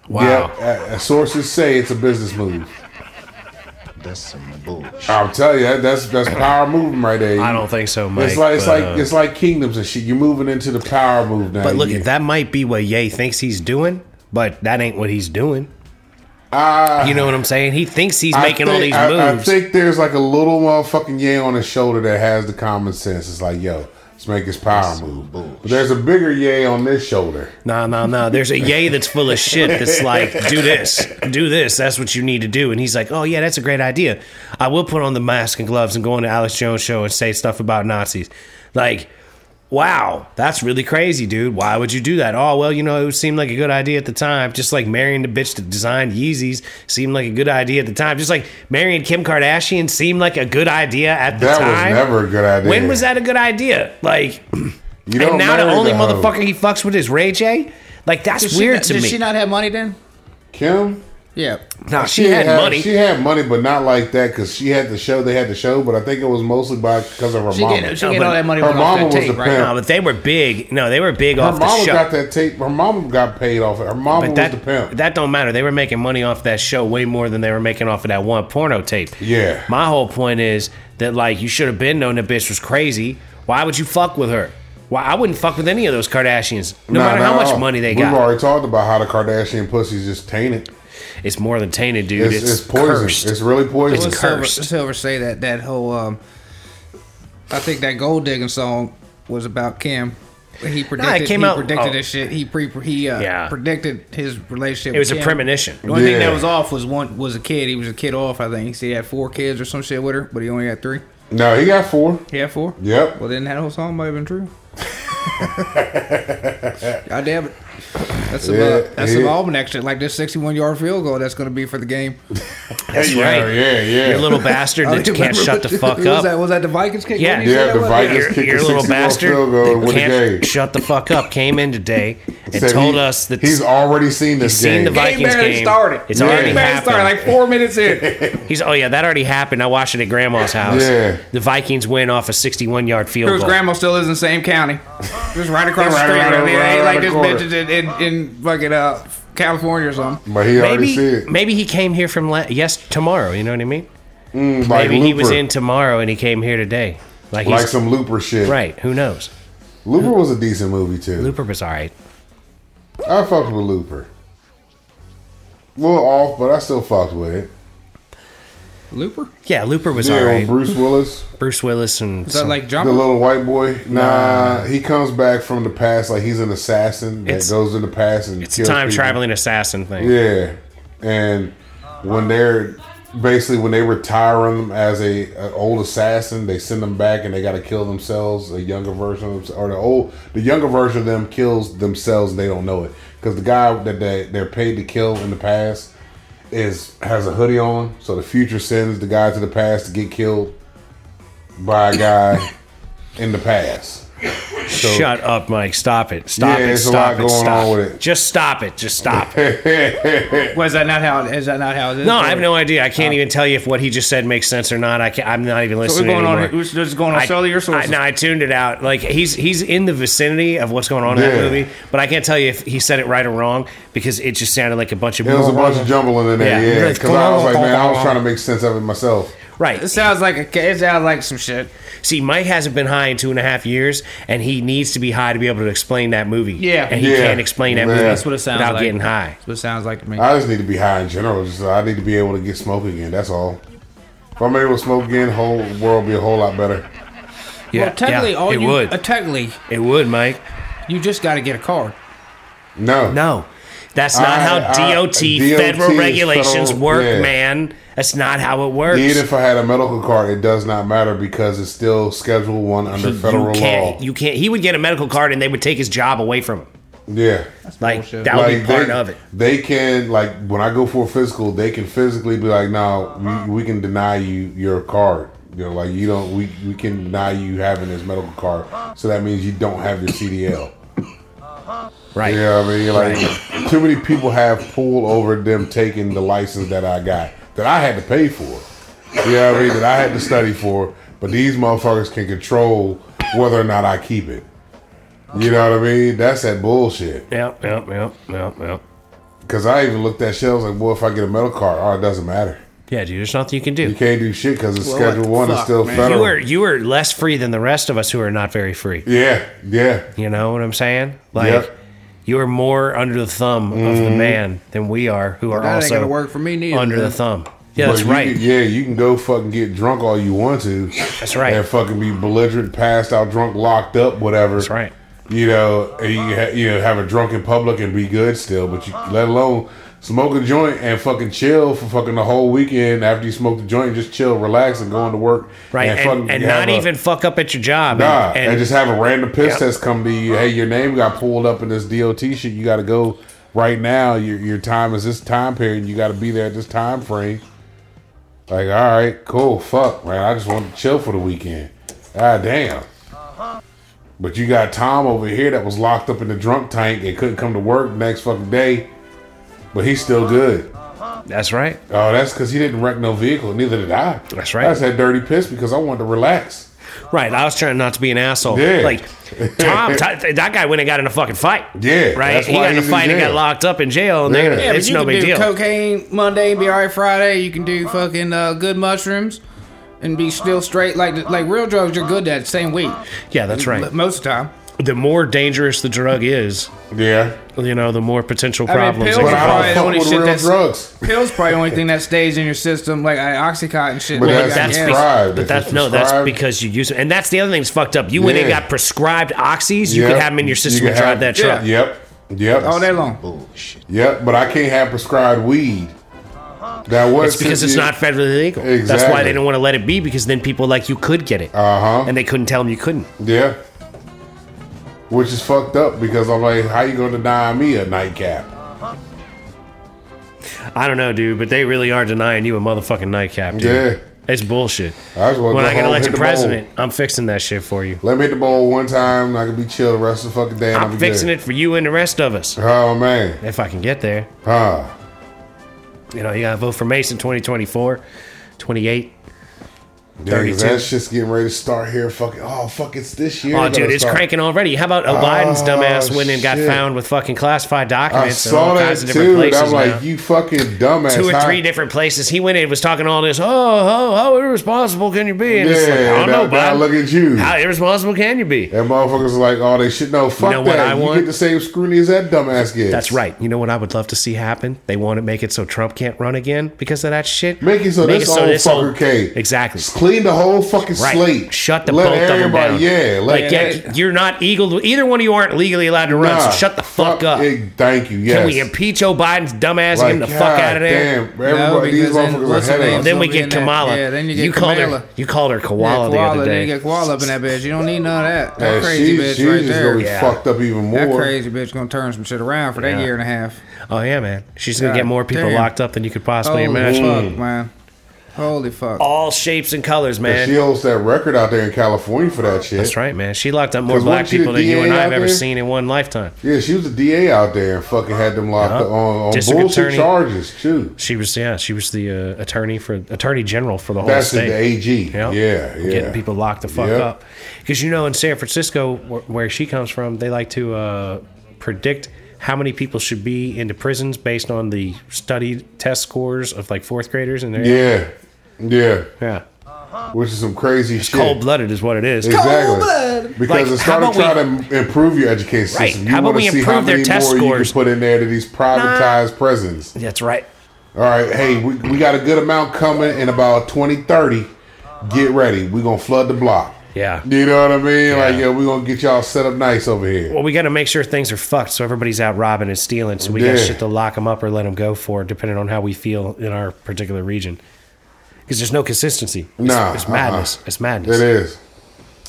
[SPEAKER 1] Wow.
[SPEAKER 2] Yep. Uh, sources say it's a business move.
[SPEAKER 5] That's some bullshit.
[SPEAKER 2] I'll tell you, that- that's that's power movement right there.
[SPEAKER 1] I don't think so, Mike.
[SPEAKER 2] It's like it's
[SPEAKER 1] but,
[SPEAKER 2] like
[SPEAKER 1] uh,
[SPEAKER 2] it's like kingdoms and shit. You're moving into the power move now.
[SPEAKER 1] but look,
[SPEAKER 2] You-
[SPEAKER 1] that might be what Ye thinks he's doing, but that ain't what he's doing.
[SPEAKER 2] I-
[SPEAKER 1] You know what I'm saying? He thinks he's
[SPEAKER 2] I
[SPEAKER 1] making all
[SPEAKER 2] think-
[SPEAKER 1] these
[SPEAKER 2] I-
[SPEAKER 1] moves.
[SPEAKER 2] I think there's like a little motherfucking yay on his shoulder that has the common sense. It's like, yo, Let's make his power move.
[SPEAKER 5] bullshit.
[SPEAKER 2] But there's a bigger yay on this shoulder.
[SPEAKER 1] No, no, no. There's a yay that's full of shit that's like, do this, do this. That's what you need to do. And he's like, oh, yeah, that's a great idea. I will put on the mask and gloves and go on the Alex Jones show and say stuff about Nazis. Like, wow, that's really crazy, dude. Why would you do that? Oh, well, you know, it seemed like a good idea at the time. Just like marrying the bitch that designed Yeezys seemed like a good idea at the time. Just like marrying Kim Kardashian seemed like a good idea at the
[SPEAKER 2] That was
[SPEAKER 1] time.
[SPEAKER 2] never a good idea.
[SPEAKER 1] When was that a good idea? Like,
[SPEAKER 2] You
[SPEAKER 1] and now the only
[SPEAKER 2] marry hoe.
[SPEAKER 1] motherfucker he fucks with is Ray J. Like that's
[SPEAKER 4] Does she
[SPEAKER 1] weird
[SPEAKER 4] not-
[SPEAKER 1] to
[SPEAKER 4] does
[SPEAKER 1] me.
[SPEAKER 4] she not have money then?
[SPEAKER 2] Kim.
[SPEAKER 4] Yeah.
[SPEAKER 1] no, she, had, money.
[SPEAKER 2] She had money, but not like that because she had the show. They had the show, but I think it was mostly by because of her
[SPEAKER 4] She
[SPEAKER 2] mama.
[SPEAKER 4] get, she
[SPEAKER 1] No,
[SPEAKER 4] get
[SPEAKER 1] but
[SPEAKER 4] all that money
[SPEAKER 2] her
[SPEAKER 4] went off
[SPEAKER 2] mama
[SPEAKER 4] that
[SPEAKER 2] was
[SPEAKER 4] tape,
[SPEAKER 2] the
[SPEAKER 4] right?
[SPEAKER 2] pimp.
[SPEAKER 1] no, but they were big. No, they were big
[SPEAKER 2] her
[SPEAKER 1] off the
[SPEAKER 2] mama
[SPEAKER 1] show.
[SPEAKER 2] got that tape. Her mama got paid off. Her mama
[SPEAKER 1] but
[SPEAKER 2] was the pimp.
[SPEAKER 1] that that don't matter. They were making money off that show way more than they were making off of that one porno tape.
[SPEAKER 2] Yeah.
[SPEAKER 1] My whole point is that like you should have been known that bitch was crazy. Why would you fuck with her? Why I wouldn't fuck with any of those Kardashians, no
[SPEAKER 2] Nah,
[SPEAKER 1] matter how
[SPEAKER 2] not at
[SPEAKER 1] much
[SPEAKER 2] all.
[SPEAKER 1] money they
[SPEAKER 2] We've
[SPEAKER 1] got.
[SPEAKER 2] already talked about how the Kardashian pussy's just tainted.
[SPEAKER 1] it's more than tainted, dude.
[SPEAKER 2] It's,
[SPEAKER 1] It's,
[SPEAKER 2] it's, poison.
[SPEAKER 1] cursed.
[SPEAKER 2] It's really poison.
[SPEAKER 1] It's
[SPEAKER 4] Let's Silver,
[SPEAKER 1] cursed.
[SPEAKER 4] Silver say that that whole um, I think that gold digging song was about Kim. He predicted.
[SPEAKER 1] came
[SPEAKER 4] he
[SPEAKER 1] out-
[SPEAKER 4] predicted
[SPEAKER 1] oh.
[SPEAKER 4] this shit. He pre he uh,
[SPEAKER 1] Yeah.
[SPEAKER 4] predicted his relationship.
[SPEAKER 1] It was
[SPEAKER 4] with
[SPEAKER 1] a
[SPEAKER 4] Kim.
[SPEAKER 1] premonition.
[SPEAKER 4] The only thing
[SPEAKER 2] Yeah.
[SPEAKER 4] that was off was one was a kid. He was a kid off. I think he said he had four kids or some shit with her, but he only had three.
[SPEAKER 2] no, he got four.
[SPEAKER 4] He had four.
[SPEAKER 2] Yep.
[SPEAKER 4] Well, then that whole song might have been true. God damn it. That's some,
[SPEAKER 2] Yeah,
[SPEAKER 4] uh, that's some
[SPEAKER 2] yeah.
[SPEAKER 4] almanac shit. Like this 61 yard field goal that's going to be for the game.
[SPEAKER 1] That's
[SPEAKER 2] yeah,
[SPEAKER 1] right.
[SPEAKER 2] Yeah, yeah.
[SPEAKER 1] Your little bastard
[SPEAKER 4] I
[SPEAKER 1] that you
[SPEAKER 4] don't
[SPEAKER 1] can't
[SPEAKER 4] remember
[SPEAKER 1] shut the
[SPEAKER 4] what-
[SPEAKER 1] fuck
[SPEAKER 4] who Was
[SPEAKER 1] up.
[SPEAKER 4] that, was that the Vikings kick?
[SPEAKER 1] Yeah.
[SPEAKER 4] What did you say
[SPEAKER 2] yeah,
[SPEAKER 4] that
[SPEAKER 2] the
[SPEAKER 4] was?
[SPEAKER 2] Vikings
[SPEAKER 1] your,
[SPEAKER 2] kicked
[SPEAKER 1] your
[SPEAKER 2] a
[SPEAKER 1] little
[SPEAKER 2] 60
[SPEAKER 1] bastard
[SPEAKER 2] field goal
[SPEAKER 1] that
[SPEAKER 2] with the
[SPEAKER 1] can't
[SPEAKER 2] game.
[SPEAKER 1] shut the fuck up came in today and
[SPEAKER 2] Said
[SPEAKER 1] told
[SPEAKER 2] he-
[SPEAKER 1] us that
[SPEAKER 2] he's already seen this
[SPEAKER 1] he's seen the
[SPEAKER 2] game.
[SPEAKER 1] Vikings
[SPEAKER 4] barely
[SPEAKER 1] game.
[SPEAKER 4] started.
[SPEAKER 1] It's
[SPEAKER 2] Yeah.
[SPEAKER 1] already
[SPEAKER 2] Game
[SPEAKER 4] Man,
[SPEAKER 1] happened.
[SPEAKER 4] started like four minutes in.
[SPEAKER 1] he's oh yeah, that already happened. I watched it at grandma's house.
[SPEAKER 2] Yeah.
[SPEAKER 1] The Vikings win off a 61 yard field
[SPEAKER 4] Whose
[SPEAKER 1] goal.
[SPEAKER 4] grandma still lives in the same county. Just right across the
[SPEAKER 2] Right
[SPEAKER 4] street.
[SPEAKER 2] around
[SPEAKER 4] I mean,
[SPEAKER 2] the-
[SPEAKER 4] it
[SPEAKER 2] right
[SPEAKER 4] ain't like
[SPEAKER 2] around
[SPEAKER 4] this
[SPEAKER 2] the
[SPEAKER 4] bitch is in, in, in fucking uh, California or something.
[SPEAKER 2] But he already seen
[SPEAKER 1] maybe
[SPEAKER 2] it.
[SPEAKER 1] maybe he came here from la- yes tomorrow. You know what I mean?
[SPEAKER 2] Mm, Like
[SPEAKER 1] Maybe
[SPEAKER 2] Looper.
[SPEAKER 1] he was in tomorrow and he came here today. Like he's
[SPEAKER 2] like some Looper shit.
[SPEAKER 1] right. Who knows?
[SPEAKER 2] Looper was a decent movie too.
[SPEAKER 1] Looper was all right.
[SPEAKER 2] I fucked with Looper. A little off, but I still fucked with it.
[SPEAKER 4] Looper?
[SPEAKER 1] Yeah, Looper was
[SPEAKER 2] Yeah,
[SPEAKER 1] all
[SPEAKER 2] with
[SPEAKER 1] right. Bruce,
[SPEAKER 2] Bruce Willis,
[SPEAKER 1] Willis and
[SPEAKER 4] Is that
[SPEAKER 1] some-
[SPEAKER 4] like
[SPEAKER 2] the
[SPEAKER 4] Jumper?
[SPEAKER 2] little white boy. Nah, he comes back from the past like he's an assassin that
[SPEAKER 1] It's-
[SPEAKER 2] goes in the past and
[SPEAKER 1] it's a
[SPEAKER 2] kills
[SPEAKER 1] time
[SPEAKER 2] people.
[SPEAKER 1] traveling assassin thing.
[SPEAKER 2] Yeah, and when they're basically when they retire him as a an old assassin, they send them back and they got to kill themselves. A younger version of them, or the old the younger version of them kills themselves and they don't know it because the guy that they, they're paid to kill in the past is has a hoodie on, so the future sends the guy to the past to get killed by a guy in the past. So,
[SPEAKER 1] Shut up, Mike. Stop it. Stop
[SPEAKER 2] Yeah,
[SPEAKER 1] it.
[SPEAKER 2] there's a
[SPEAKER 1] Stop
[SPEAKER 2] lot
[SPEAKER 1] it.
[SPEAKER 2] going
[SPEAKER 1] stop
[SPEAKER 2] on
[SPEAKER 1] it.
[SPEAKER 2] with it.
[SPEAKER 1] Just stop it. Just stop it.
[SPEAKER 4] Was that not how? Is that not how it is?
[SPEAKER 1] No, I have no idea. I can't
[SPEAKER 2] Uh,
[SPEAKER 1] even tell you if what he just said makes sense or not. I can't, I'm not even
[SPEAKER 4] So we're
[SPEAKER 1] listening
[SPEAKER 4] going on.
[SPEAKER 1] anymore.
[SPEAKER 4] We're just going on
[SPEAKER 1] I,
[SPEAKER 4] cellular
[SPEAKER 1] I,
[SPEAKER 4] sources.
[SPEAKER 1] no, I tuned it out. Like he's he's in the vicinity of what's going on in
[SPEAKER 2] Yeah.
[SPEAKER 1] that movie, but I can't tell you if he said it right or wrong because it just sounded like a bunch of
[SPEAKER 2] It was a bunch of jumbling in there,
[SPEAKER 1] Yeah.
[SPEAKER 2] yeah. Because I was like, man, I was trying to make sense of it myself.
[SPEAKER 4] It
[SPEAKER 1] right.
[SPEAKER 4] sounds like a. It sounds like some shit.
[SPEAKER 1] See, Mike hasn't been high in two and a half years, and he needs to be high to be able to explain that movie.
[SPEAKER 4] Yeah.
[SPEAKER 1] and he
[SPEAKER 2] Yeah.
[SPEAKER 1] can't explain that
[SPEAKER 2] Man.
[SPEAKER 1] movie.
[SPEAKER 2] That's
[SPEAKER 4] what it sounds
[SPEAKER 1] without
[SPEAKER 4] like.
[SPEAKER 1] getting high.
[SPEAKER 4] That's what it sounds like to me.
[SPEAKER 2] I just need to be high in general. Just uh, I need to be able to get smoke again. That's all. If I'm able to smoke again, whole world be a whole lot better.
[SPEAKER 1] Yeah,
[SPEAKER 4] well, technically,
[SPEAKER 1] yeah,
[SPEAKER 4] all
[SPEAKER 1] it
[SPEAKER 4] you
[SPEAKER 1] would.
[SPEAKER 4] uh, technically
[SPEAKER 1] it would, Mike.
[SPEAKER 4] you just got to get a card.
[SPEAKER 2] No,
[SPEAKER 1] No, that's not
[SPEAKER 2] I-
[SPEAKER 1] how
[SPEAKER 2] I-
[SPEAKER 1] DOT,
[SPEAKER 2] DOT
[SPEAKER 1] federal
[SPEAKER 2] is
[SPEAKER 1] regulations
[SPEAKER 2] federal-
[SPEAKER 1] work,
[SPEAKER 2] yeah.
[SPEAKER 1] man. That's not how it works.
[SPEAKER 2] Even if I had a medical card, it does not matter because it's still Schedule One under federal
[SPEAKER 1] you
[SPEAKER 2] law.
[SPEAKER 1] can't, you can't. He would get a medical card, and they would take his job away from him.
[SPEAKER 2] yeah,
[SPEAKER 1] Like
[SPEAKER 4] bullshit.
[SPEAKER 1] that would be part
[SPEAKER 2] they,
[SPEAKER 1] of it.
[SPEAKER 2] They can like when I go for a physical, they can physically be like, "No, we, we can deny you your card." You know, like you don't. We we can deny you having this medical card. So that means you don't have your CDL.
[SPEAKER 1] Right.
[SPEAKER 2] Yeah, I mean, like too many people have pulled over them taking the license that I got that I had to pay for. Yeah, I mean that I had to study for, but these motherfuckers can control whether or not I keep it. You know what I mean? That's that bullshit.
[SPEAKER 1] Yep. Yep. Yep. Yep. Yep.
[SPEAKER 2] Cause I even looked at shit. I was like, boy, if I get a metal card, oh, it doesn't matter.
[SPEAKER 1] Yeah, dude. There's nothing you can
[SPEAKER 2] You
[SPEAKER 1] do.
[SPEAKER 2] can't do shit because it's
[SPEAKER 4] Well, what
[SPEAKER 2] Schedule
[SPEAKER 4] the
[SPEAKER 2] One. It's
[SPEAKER 4] fuck,
[SPEAKER 2] still
[SPEAKER 4] man?
[SPEAKER 1] You
[SPEAKER 2] federal.
[SPEAKER 1] were you were less free than the rest of us who are not very free.
[SPEAKER 2] yeah, yeah.
[SPEAKER 1] You know what I'm saying? Like
[SPEAKER 2] Yep. Mm-hmm.
[SPEAKER 1] you are more under the thumb of the man than we are, who are
[SPEAKER 4] That ain't
[SPEAKER 1] also
[SPEAKER 4] gonna work for me neither,
[SPEAKER 1] under the
[SPEAKER 4] man.
[SPEAKER 1] thumb. Yeah, that's
[SPEAKER 2] But you
[SPEAKER 1] right.
[SPEAKER 2] can- yeah, you can go fucking get drunk all you want to.
[SPEAKER 1] That's right.
[SPEAKER 2] And fucking be belligerent, passed out, drunk, locked up, whatever.
[SPEAKER 1] That's right.
[SPEAKER 2] You know, and you can ha- you know have a drunk in public and be good still, but you let alone smoke a joint and fucking chill for fucking the whole weekend after you smoke the joint, just chill, relax, and go into work.
[SPEAKER 1] Right, and, and,
[SPEAKER 2] have
[SPEAKER 1] not
[SPEAKER 2] a-
[SPEAKER 1] even fuck up at your job.
[SPEAKER 2] Nah,
[SPEAKER 1] and,
[SPEAKER 2] and,
[SPEAKER 1] and-
[SPEAKER 2] just have a random piss
[SPEAKER 1] Yep.
[SPEAKER 2] test come to you. Hey, your name got pulled up in this DOT shit. You got to go right now. Your your time is this time period. You got to be there at this time frame. Like, all right, cool, fuck, man. I just want to chill for the weekend. Ah, damn. But you got Tom over here that was locked up in the drunk tank and couldn't come to work the next fucking day, but he's still good.
[SPEAKER 1] that's right.
[SPEAKER 2] Oh, that's because he didn't wreck no vehicle. Neither did I.
[SPEAKER 1] That's right.
[SPEAKER 2] I just had dirty piss because I wanted to relax.
[SPEAKER 1] Right. I was trying not to be an asshole.
[SPEAKER 2] Yeah.
[SPEAKER 1] Like Tom, Ti- that guy went and got in a fucking fight.
[SPEAKER 2] Yeah,
[SPEAKER 1] Right.
[SPEAKER 2] that's
[SPEAKER 1] He
[SPEAKER 2] why
[SPEAKER 1] got in a
[SPEAKER 2] he's in
[SPEAKER 1] fight and
[SPEAKER 2] jail.
[SPEAKER 1] got locked up in jail. And
[SPEAKER 2] Yeah.
[SPEAKER 1] they're,
[SPEAKER 2] Yeah,
[SPEAKER 1] it's
[SPEAKER 4] you
[SPEAKER 1] no
[SPEAKER 4] can
[SPEAKER 1] big
[SPEAKER 4] do
[SPEAKER 1] deal.
[SPEAKER 4] cocaine Monday and be all right Friday. You can do fucking uh, good mushrooms and be still straight. Like like real drugs, you're good that same week.
[SPEAKER 1] yeah, that's right.
[SPEAKER 4] Most of the time.
[SPEAKER 1] The more dangerous the drug is,
[SPEAKER 2] Yeah.
[SPEAKER 1] you know, the more potential
[SPEAKER 4] mean,
[SPEAKER 1] problems.
[SPEAKER 4] pills
[SPEAKER 1] it
[SPEAKER 2] But
[SPEAKER 1] can
[SPEAKER 4] are
[SPEAKER 1] cause.
[SPEAKER 2] I
[SPEAKER 4] Probably the
[SPEAKER 2] don't
[SPEAKER 4] only
[SPEAKER 2] fuck with
[SPEAKER 4] shit
[SPEAKER 2] real
[SPEAKER 4] that's-
[SPEAKER 2] drugs.
[SPEAKER 4] Pills probably the only thing that stays in your system, like uh, oxycontin shit.
[SPEAKER 2] But
[SPEAKER 4] Like,
[SPEAKER 2] that's-
[SPEAKER 1] That's
[SPEAKER 4] I guess.
[SPEAKER 1] be-
[SPEAKER 2] prescribed.
[SPEAKER 1] but
[SPEAKER 2] If
[SPEAKER 1] that's
[SPEAKER 2] it's
[SPEAKER 1] no, that's
[SPEAKER 2] prescribed-
[SPEAKER 1] because you use it, and that's the other thing that's fucked up. You went and
[SPEAKER 2] Yeah.
[SPEAKER 1] got prescribed oxys. You could
[SPEAKER 2] Yep.
[SPEAKER 1] have them in your
[SPEAKER 2] You
[SPEAKER 1] system
[SPEAKER 2] could
[SPEAKER 1] and drive
[SPEAKER 2] have-
[SPEAKER 1] that
[SPEAKER 4] yeah.
[SPEAKER 1] truck.
[SPEAKER 2] Yep. Yep.
[SPEAKER 4] all day long.
[SPEAKER 5] Bullshit.
[SPEAKER 2] Yep. But I can't have prescribed weed. That was
[SPEAKER 1] It's because it's not federally legal. That's why
[SPEAKER 2] Exactly.
[SPEAKER 1] they didn't want to let it be because then people like you could get it,
[SPEAKER 2] Uh huh.
[SPEAKER 1] and they couldn't tell them you couldn't.
[SPEAKER 2] Yeah. Which is fucked up because I'm like, how you gonna deny me a nightcap?
[SPEAKER 1] I don't know, dude, but they really are denying you a motherfucking nightcap, dude.
[SPEAKER 2] Yeah.
[SPEAKER 1] It's bullshit.
[SPEAKER 2] I just wanna
[SPEAKER 1] when
[SPEAKER 2] go
[SPEAKER 1] I get
[SPEAKER 2] home, hit
[SPEAKER 1] elected
[SPEAKER 2] the bowl.
[SPEAKER 1] president, I'm fixing that shit for you.
[SPEAKER 2] Let me hit the bowl one time. and I can be chill the rest of the fucking day. And
[SPEAKER 1] I'm
[SPEAKER 2] I'll be
[SPEAKER 1] fixing it for you and the rest of us.
[SPEAKER 2] Oh man.
[SPEAKER 1] If I can get there,
[SPEAKER 2] Huh.
[SPEAKER 1] you know, you gotta vote for Mason 2024, 28.
[SPEAKER 2] Dang,
[SPEAKER 1] 32.
[SPEAKER 2] that shit's getting ready to start here. Fucking oh fuck, it's this year.
[SPEAKER 1] Oh,
[SPEAKER 2] It
[SPEAKER 1] dude,
[SPEAKER 2] gotta
[SPEAKER 1] it's
[SPEAKER 2] start.
[SPEAKER 1] cranking already. How about Biden's
[SPEAKER 2] Oh,
[SPEAKER 1] dumbass went and got
[SPEAKER 2] shit.
[SPEAKER 1] found with fucking classified
[SPEAKER 2] I
[SPEAKER 1] documents in
[SPEAKER 2] saw
[SPEAKER 1] all kinds
[SPEAKER 2] that
[SPEAKER 1] of different
[SPEAKER 2] too. and I'm
[SPEAKER 1] places
[SPEAKER 2] like,
[SPEAKER 1] now.
[SPEAKER 2] you fucking dumbass.
[SPEAKER 1] Two or
[SPEAKER 2] How-
[SPEAKER 1] three different places. He went in and was talking all this. Oh, how, how irresponsible can you be? And it's like,
[SPEAKER 2] Yeah,
[SPEAKER 1] I don't know,
[SPEAKER 2] now- now
[SPEAKER 1] Biden.
[SPEAKER 2] look at you.
[SPEAKER 1] How irresponsible can you be?
[SPEAKER 2] And motherfuckers are like, oh, they should know. Fuck
[SPEAKER 1] know what
[SPEAKER 2] that.
[SPEAKER 1] I
[SPEAKER 2] you
[SPEAKER 1] want?
[SPEAKER 2] get the same scrutiny as that dumbass gets.
[SPEAKER 1] That's right. You know what I would love to see happen? They want to make it so Trump can't run again because of that shit.
[SPEAKER 2] Make it so this whole fucker case.
[SPEAKER 1] Exactly.
[SPEAKER 2] Clean the whole fucking
[SPEAKER 1] Right.
[SPEAKER 2] slate.
[SPEAKER 1] Shut the both of them down.
[SPEAKER 2] Yeah. Let
[SPEAKER 1] like, yeah, you're not eagle. Either one of you aren't legally allowed to run.
[SPEAKER 2] nah,
[SPEAKER 1] so shut the fuck, up.
[SPEAKER 2] it. thank you. Yes.
[SPEAKER 1] Can we impeach Joe Biden's dumb ass and get him the fuck
[SPEAKER 2] God
[SPEAKER 1] out of there?
[SPEAKER 2] Damn, everybody, these
[SPEAKER 4] because then-
[SPEAKER 2] motherfuckers are
[SPEAKER 4] what's her name?
[SPEAKER 2] heading.
[SPEAKER 1] Then we
[SPEAKER 4] Somebody
[SPEAKER 1] get
[SPEAKER 4] in that-
[SPEAKER 1] Kamala.
[SPEAKER 4] yeah, then you get
[SPEAKER 1] called
[SPEAKER 4] Kamala.
[SPEAKER 1] her. You called her
[SPEAKER 4] Yeah,
[SPEAKER 1] koala, the
[SPEAKER 4] koala,
[SPEAKER 1] other
[SPEAKER 4] then
[SPEAKER 1] day.
[SPEAKER 4] you get koala up in that bitch. You don't need none of that. That
[SPEAKER 2] And
[SPEAKER 4] crazy
[SPEAKER 2] she-
[SPEAKER 4] bitch
[SPEAKER 2] she's
[SPEAKER 4] right
[SPEAKER 2] just
[SPEAKER 4] there.
[SPEAKER 2] gonna be
[SPEAKER 1] Yeah.
[SPEAKER 2] fucked up even more.
[SPEAKER 4] That crazy bitch gonna turn some shit around for that
[SPEAKER 1] Yeah.
[SPEAKER 4] year and a half.
[SPEAKER 1] oh yeah, man. She's gonna get
[SPEAKER 4] God
[SPEAKER 1] more people
[SPEAKER 4] damn.
[SPEAKER 1] locked up than you could possibly
[SPEAKER 4] Holy
[SPEAKER 1] imagine.
[SPEAKER 4] fuck, man. Holy fuck.
[SPEAKER 1] All shapes and colors,
[SPEAKER 2] And
[SPEAKER 1] man.
[SPEAKER 2] She holds that record out there in California for that shit.
[SPEAKER 1] That's right, man. She locked up more
[SPEAKER 2] 'Cause
[SPEAKER 1] black
[SPEAKER 2] wasn't she
[SPEAKER 1] people
[SPEAKER 2] the
[SPEAKER 1] than you
[SPEAKER 2] DA
[SPEAKER 1] and I
[SPEAKER 2] out
[SPEAKER 1] have ever
[SPEAKER 2] there?
[SPEAKER 1] seen in one lifetime.
[SPEAKER 2] Yeah, she was a DA out there and fucking had them locked
[SPEAKER 1] Uh-huh.
[SPEAKER 2] up on, on
[SPEAKER 1] District
[SPEAKER 2] bullshit
[SPEAKER 1] attorney.
[SPEAKER 2] charges too.
[SPEAKER 1] She was, yeah, she was the uh, attorney for attorney general for the whole
[SPEAKER 2] That's
[SPEAKER 1] state.
[SPEAKER 2] the AG.
[SPEAKER 1] Yeah,
[SPEAKER 2] Yeah, yeah.
[SPEAKER 1] getting people locked the fuck
[SPEAKER 2] Yep.
[SPEAKER 1] up. Because you know, in San Francisco, wh- where she comes from, they like to uh, predict how many people should be into prisons based on the study test scores of like fourth graders and their
[SPEAKER 2] Yeah, yeah.
[SPEAKER 1] yeah.
[SPEAKER 2] Which is some crazy shit.
[SPEAKER 1] Cold blooded is what it is.
[SPEAKER 2] Exactly. Because
[SPEAKER 1] Like,
[SPEAKER 2] instead
[SPEAKER 1] how about
[SPEAKER 2] of
[SPEAKER 1] we-
[SPEAKER 2] trying to improve your education
[SPEAKER 1] Right.
[SPEAKER 2] system,
[SPEAKER 1] How
[SPEAKER 2] you
[SPEAKER 1] about
[SPEAKER 2] want
[SPEAKER 1] we
[SPEAKER 2] to see how
[SPEAKER 1] improve their
[SPEAKER 2] many more
[SPEAKER 1] test
[SPEAKER 2] you
[SPEAKER 1] scores?
[SPEAKER 2] can put in there to these privatized prisons.
[SPEAKER 1] That's right.
[SPEAKER 2] All right, hey, we, we got a good amount coming in about 2030. Get ready. We're going to flood the block.
[SPEAKER 1] Yeah.
[SPEAKER 2] You know what I mean? Like,
[SPEAKER 1] Yeah.
[SPEAKER 2] yeah, we're going to get y'all set up nice over here.
[SPEAKER 1] Well, we got to make sure things are fucked, so everybody's out robbing and stealing. So we got
[SPEAKER 2] Yeah.
[SPEAKER 1] shit to lock them up or let them go for, depending on how we feel in our particular region. Because there's no consistency. It's,
[SPEAKER 2] Nah,
[SPEAKER 1] it's madness.
[SPEAKER 2] uh-uh.
[SPEAKER 1] It's
[SPEAKER 2] It
[SPEAKER 1] madness.
[SPEAKER 2] is.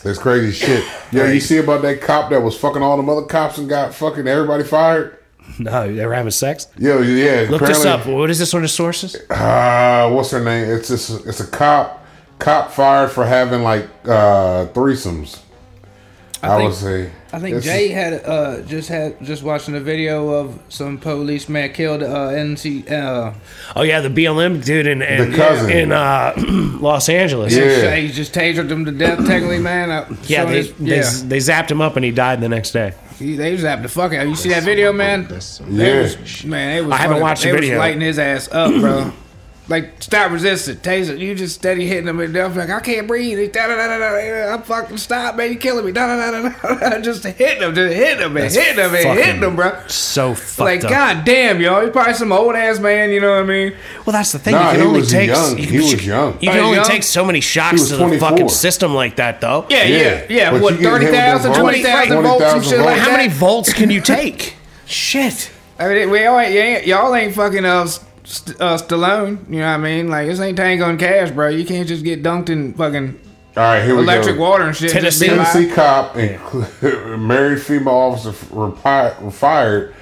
[SPEAKER 2] That's crazy shit. Yeah, you see about that cop that was fucking all the other cops and got fucking everybody fired?
[SPEAKER 1] No, they were having sex.
[SPEAKER 2] Yo, yeah.
[SPEAKER 1] Look this
[SPEAKER 2] apparently-
[SPEAKER 1] up. What is this on the sources?
[SPEAKER 2] Uh, what's her name? It's it's, it's a cop. Cop fired for having like uh threesomes. I,
[SPEAKER 4] think-
[SPEAKER 2] would say.
[SPEAKER 4] I think
[SPEAKER 2] It's-
[SPEAKER 4] Jay had uh, just had just watching a video of some policeman killed uh, NC uh,
[SPEAKER 1] Oh yeah, the BLM dude in in,
[SPEAKER 2] The cousin.
[SPEAKER 1] in uh, Los Angeles.
[SPEAKER 2] Yeah.
[SPEAKER 4] He just tasered him to death, technically, man. Uh,
[SPEAKER 1] Yeah,
[SPEAKER 4] so
[SPEAKER 1] they,
[SPEAKER 4] his-
[SPEAKER 1] they they zapped him up and he died the next day.
[SPEAKER 4] He, they zapped the fuck out. of him. You see that video, man?
[SPEAKER 5] That's some
[SPEAKER 2] Yeah.
[SPEAKER 5] bullshit.
[SPEAKER 4] Man, they was
[SPEAKER 1] I haven't
[SPEAKER 4] fucking-
[SPEAKER 1] watched the
[SPEAKER 4] they was
[SPEAKER 1] video.
[SPEAKER 4] lighting his ass up, bro. Like, stop resisting. Taser, you just steady hitting them in the like, I can't breathe. Da, da, da, da, da. I'm fucking stop, man. you killing me. Da, da, da, da, da. Just hitting them, just hitting them, and
[SPEAKER 1] That's
[SPEAKER 4] hitting them, and hitting
[SPEAKER 1] fucking
[SPEAKER 4] them, bro.
[SPEAKER 1] So fucked
[SPEAKER 4] Like,
[SPEAKER 1] up.
[SPEAKER 4] god damn, yo. He's probably some old ass man, you know what I mean?
[SPEAKER 1] Well, that's the thing.
[SPEAKER 2] Nah,
[SPEAKER 1] you can
[SPEAKER 2] he
[SPEAKER 1] only
[SPEAKER 2] was
[SPEAKER 1] take
[SPEAKER 2] young.
[SPEAKER 1] You,
[SPEAKER 2] He was young.
[SPEAKER 1] You can
[SPEAKER 4] Oh, he's
[SPEAKER 1] only
[SPEAKER 4] young?
[SPEAKER 1] take so many
[SPEAKER 2] He
[SPEAKER 1] shocks
[SPEAKER 2] was
[SPEAKER 1] to the
[SPEAKER 2] 24.
[SPEAKER 1] fucking system like that, though.
[SPEAKER 4] Yeah,
[SPEAKER 2] Yeah,
[SPEAKER 4] yeah, yeah.
[SPEAKER 2] but
[SPEAKER 4] What,
[SPEAKER 2] you getting hit with
[SPEAKER 4] 30,000,
[SPEAKER 2] those volts,
[SPEAKER 4] 20,000 volts, some
[SPEAKER 2] 20,000
[SPEAKER 4] shit like
[SPEAKER 2] volts.
[SPEAKER 1] How
[SPEAKER 4] that?
[SPEAKER 1] many volts can you take? Shit.
[SPEAKER 4] I mean, we all ain't, you ain't- y'all ain't fucking uh, st- uh, Stallone. You know what I mean? Like this ain't Tango and Cash, bro. You can't just get dunked in fucking
[SPEAKER 2] All right, here we
[SPEAKER 4] electric
[SPEAKER 2] go.
[SPEAKER 4] water and shit. Just be
[SPEAKER 1] Tennessee.
[SPEAKER 4] like,
[SPEAKER 2] Tennessee cop and married female officer f- were pi- were fired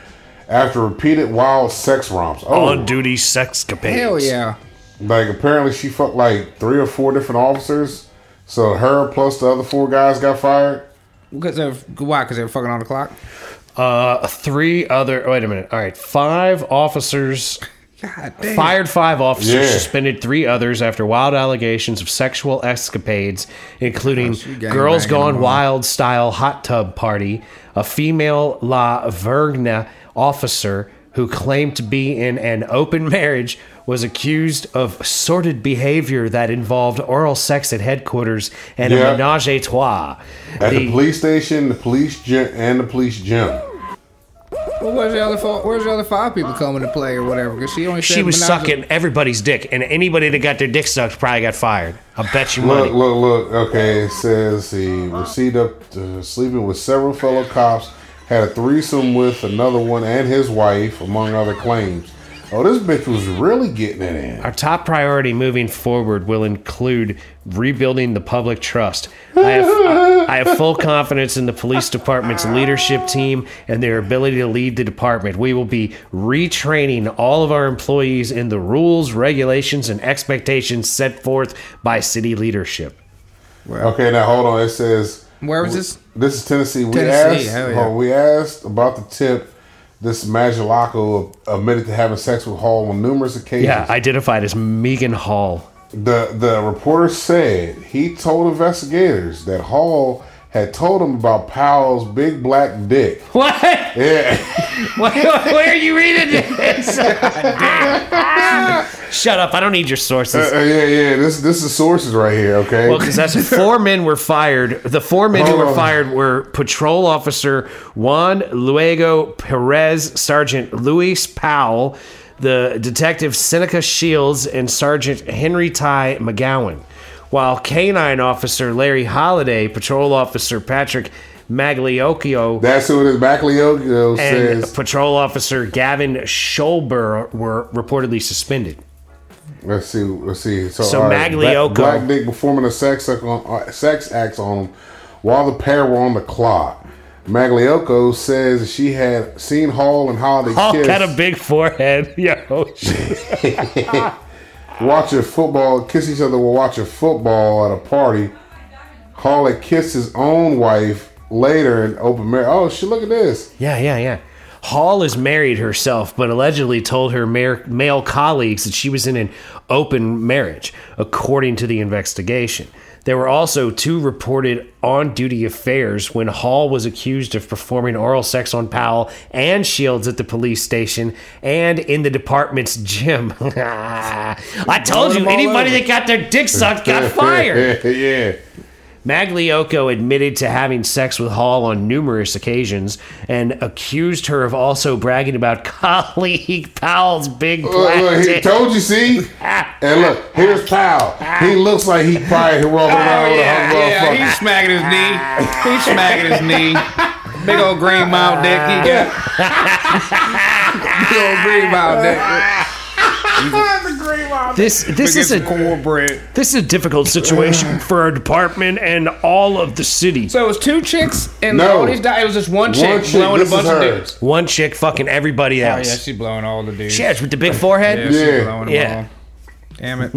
[SPEAKER 2] after repeated wild sex romps. Oh,
[SPEAKER 1] On duty sex capades.
[SPEAKER 4] hell yeah.
[SPEAKER 2] like apparently she fucked like three or four different officers. So her plus the other four guys got fired.
[SPEAKER 4] Because they're why? Because they're fucking on the clock.
[SPEAKER 1] Uh, three other. Wait a minute. All right. Five officers.
[SPEAKER 4] God damn.
[SPEAKER 1] Fired five officers,
[SPEAKER 2] Yeah.
[SPEAKER 1] suspended three others after wild allegations of sexual escapades, including
[SPEAKER 4] Oh, gang
[SPEAKER 1] Girls
[SPEAKER 4] banging
[SPEAKER 1] Gone
[SPEAKER 4] them all.
[SPEAKER 1] Wild style hot tub party, a female La Vergna officer who claimed to be in an open marriage was accused of sordid behavior that involved oral sex at headquarters and
[SPEAKER 2] Yeah.
[SPEAKER 1] a menage a trois.
[SPEAKER 2] At the,
[SPEAKER 1] The-
[SPEAKER 2] police station, the police gym, and the police gym.
[SPEAKER 4] Well, where's the other four, Where's the other five people coming to play or whatever? Because she only said
[SPEAKER 1] she was
[SPEAKER 4] menage-
[SPEAKER 1] sucking everybody's dick, and anybody that got their dick sucked probably got fired. I bet you money.
[SPEAKER 2] Look, look, look. Okay, it says he received up to sleeping with several fellow cops, had a threesome with another one and his wife, among other claims. Oh, this bitch was really getting it in.
[SPEAKER 1] Our top priority moving forward will include rebuilding the public trust. I have, I, I have full confidence in the police department's leadership team and their ability to lead the department. We will be retraining all of our employees in the rules, regulations, and expectations set forth by city leadership.
[SPEAKER 2] Okay, now hold on. It says
[SPEAKER 4] Where was this?
[SPEAKER 2] This is Tennessee. We
[SPEAKER 4] Tennessee,
[SPEAKER 2] asked.
[SPEAKER 4] hell yeah.
[SPEAKER 2] hold on, we asked about the tip. This Magalaco admitted to having sex with Hall on numerous occasions.
[SPEAKER 1] Yeah, identified as Megan Hall.
[SPEAKER 2] The the reporter said he told investigators that Hall had told him about Powell's big black dick.
[SPEAKER 1] What?
[SPEAKER 2] Yeah.
[SPEAKER 1] Where are you reading this? Shut up. I don't need your sources.
[SPEAKER 2] Uh, yeah, yeah. This this is sources right here. Okay.
[SPEAKER 1] Well, because that's four men were fired. The four men who
[SPEAKER 2] Hold
[SPEAKER 1] were
[SPEAKER 2] on.
[SPEAKER 1] fired were patrol officer Juan Luego Perez, Sergeant Luis Powell, the detective Seneca Shields, and Sergeant Henry Ty McGowan. While canine officer Larry Holiday, patrol officer Patrick Magliocchio,
[SPEAKER 2] That's who it is. Macleogo
[SPEAKER 1] and
[SPEAKER 2] says.
[SPEAKER 1] patrol officer Gavin Scholber were reportedly suspended.
[SPEAKER 2] Let's see. Let's see. So,
[SPEAKER 1] So
[SPEAKER 2] all right,
[SPEAKER 1] Magliocco-
[SPEAKER 2] Black, Black Dick performing a sex act on, uh, sex act on him while the pair were on the clock. Magliocco says she had seen Hall and Holiday
[SPEAKER 1] All
[SPEAKER 2] kiss,
[SPEAKER 1] got a big forehead. Yo,
[SPEAKER 2] watching football, kiss each other while watching football at a party. Hall had kissed his own wife later in open marriage. Oh, shit! Look at this.
[SPEAKER 1] Yeah, yeah, yeah. Hall is married herself, but allegedly told her mar- male colleagues that she was in an open marriage, according to the investigation. There were also two reported on duty affairs when Hall was accused of performing oral sex on Powell and Shields at the police station and in the department's gym. I told you,
[SPEAKER 2] them all
[SPEAKER 1] anybody
[SPEAKER 2] over.
[SPEAKER 1] that got their dick sucked got fired.
[SPEAKER 2] yeah.
[SPEAKER 1] Magliocco admitted to having sex with Hall on numerous occasions and accused her of also bragging about colleague Powell's big
[SPEAKER 2] Look,
[SPEAKER 1] black
[SPEAKER 2] look, Uh, he
[SPEAKER 1] dick.
[SPEAKER 2] told you, see? And look, here's Powell. He looks like he probably
[SPEAKER 1] Oh,
[SPEAKER 2] walking around with a
[SPEAKER 4] Yeah,
[SPEAKER 2] hung
[SPEAKER 4] yeah.
[SPEAKER 2] motherfucker.
[SPEAKER 4] He's smacking his knee. He's smacking his knee. Big old green mile dick. He got. Big old green mile dick.
[SPEAKER 1] this this is a
[SPEAKER 4] Biggest cornbread.
[SPEAKER 1] this is a difficult situation for our department and all of the city.
[SPEAKER 4] So it was two chicks and
[SPEAKER 2] No.
[SPEAKER 4] all these di- It was just one chick
[SPEAKER 2] One chick,
[SPEAKER 4] blowing a
[SPEAKER 2] this
[SPEAKER 4] bunch
[SPEAKER 2] is
[SPEAKER 4] of
[SPEAKER 2] her.
[SPEAKER 4] dudes.
[SPEAKER 1] One chick fucking everybody
[SPEAKER 4] Oh, yeah,
[SPEAKER 1] else.
[SPEAKER 4] she's blowing all the dudes.
[SPEAKER 1] Yes, with the big
[SPEAKER 4] Yeah,
[SPEAKER 1] forehead.
[SPEAKER 4] she's
[SPEAKER 2] Yeah.
[SPEAKER 4] blowing
[SPEAKER 1] Yeah.
[SPEAKER 4] them all. Damn it.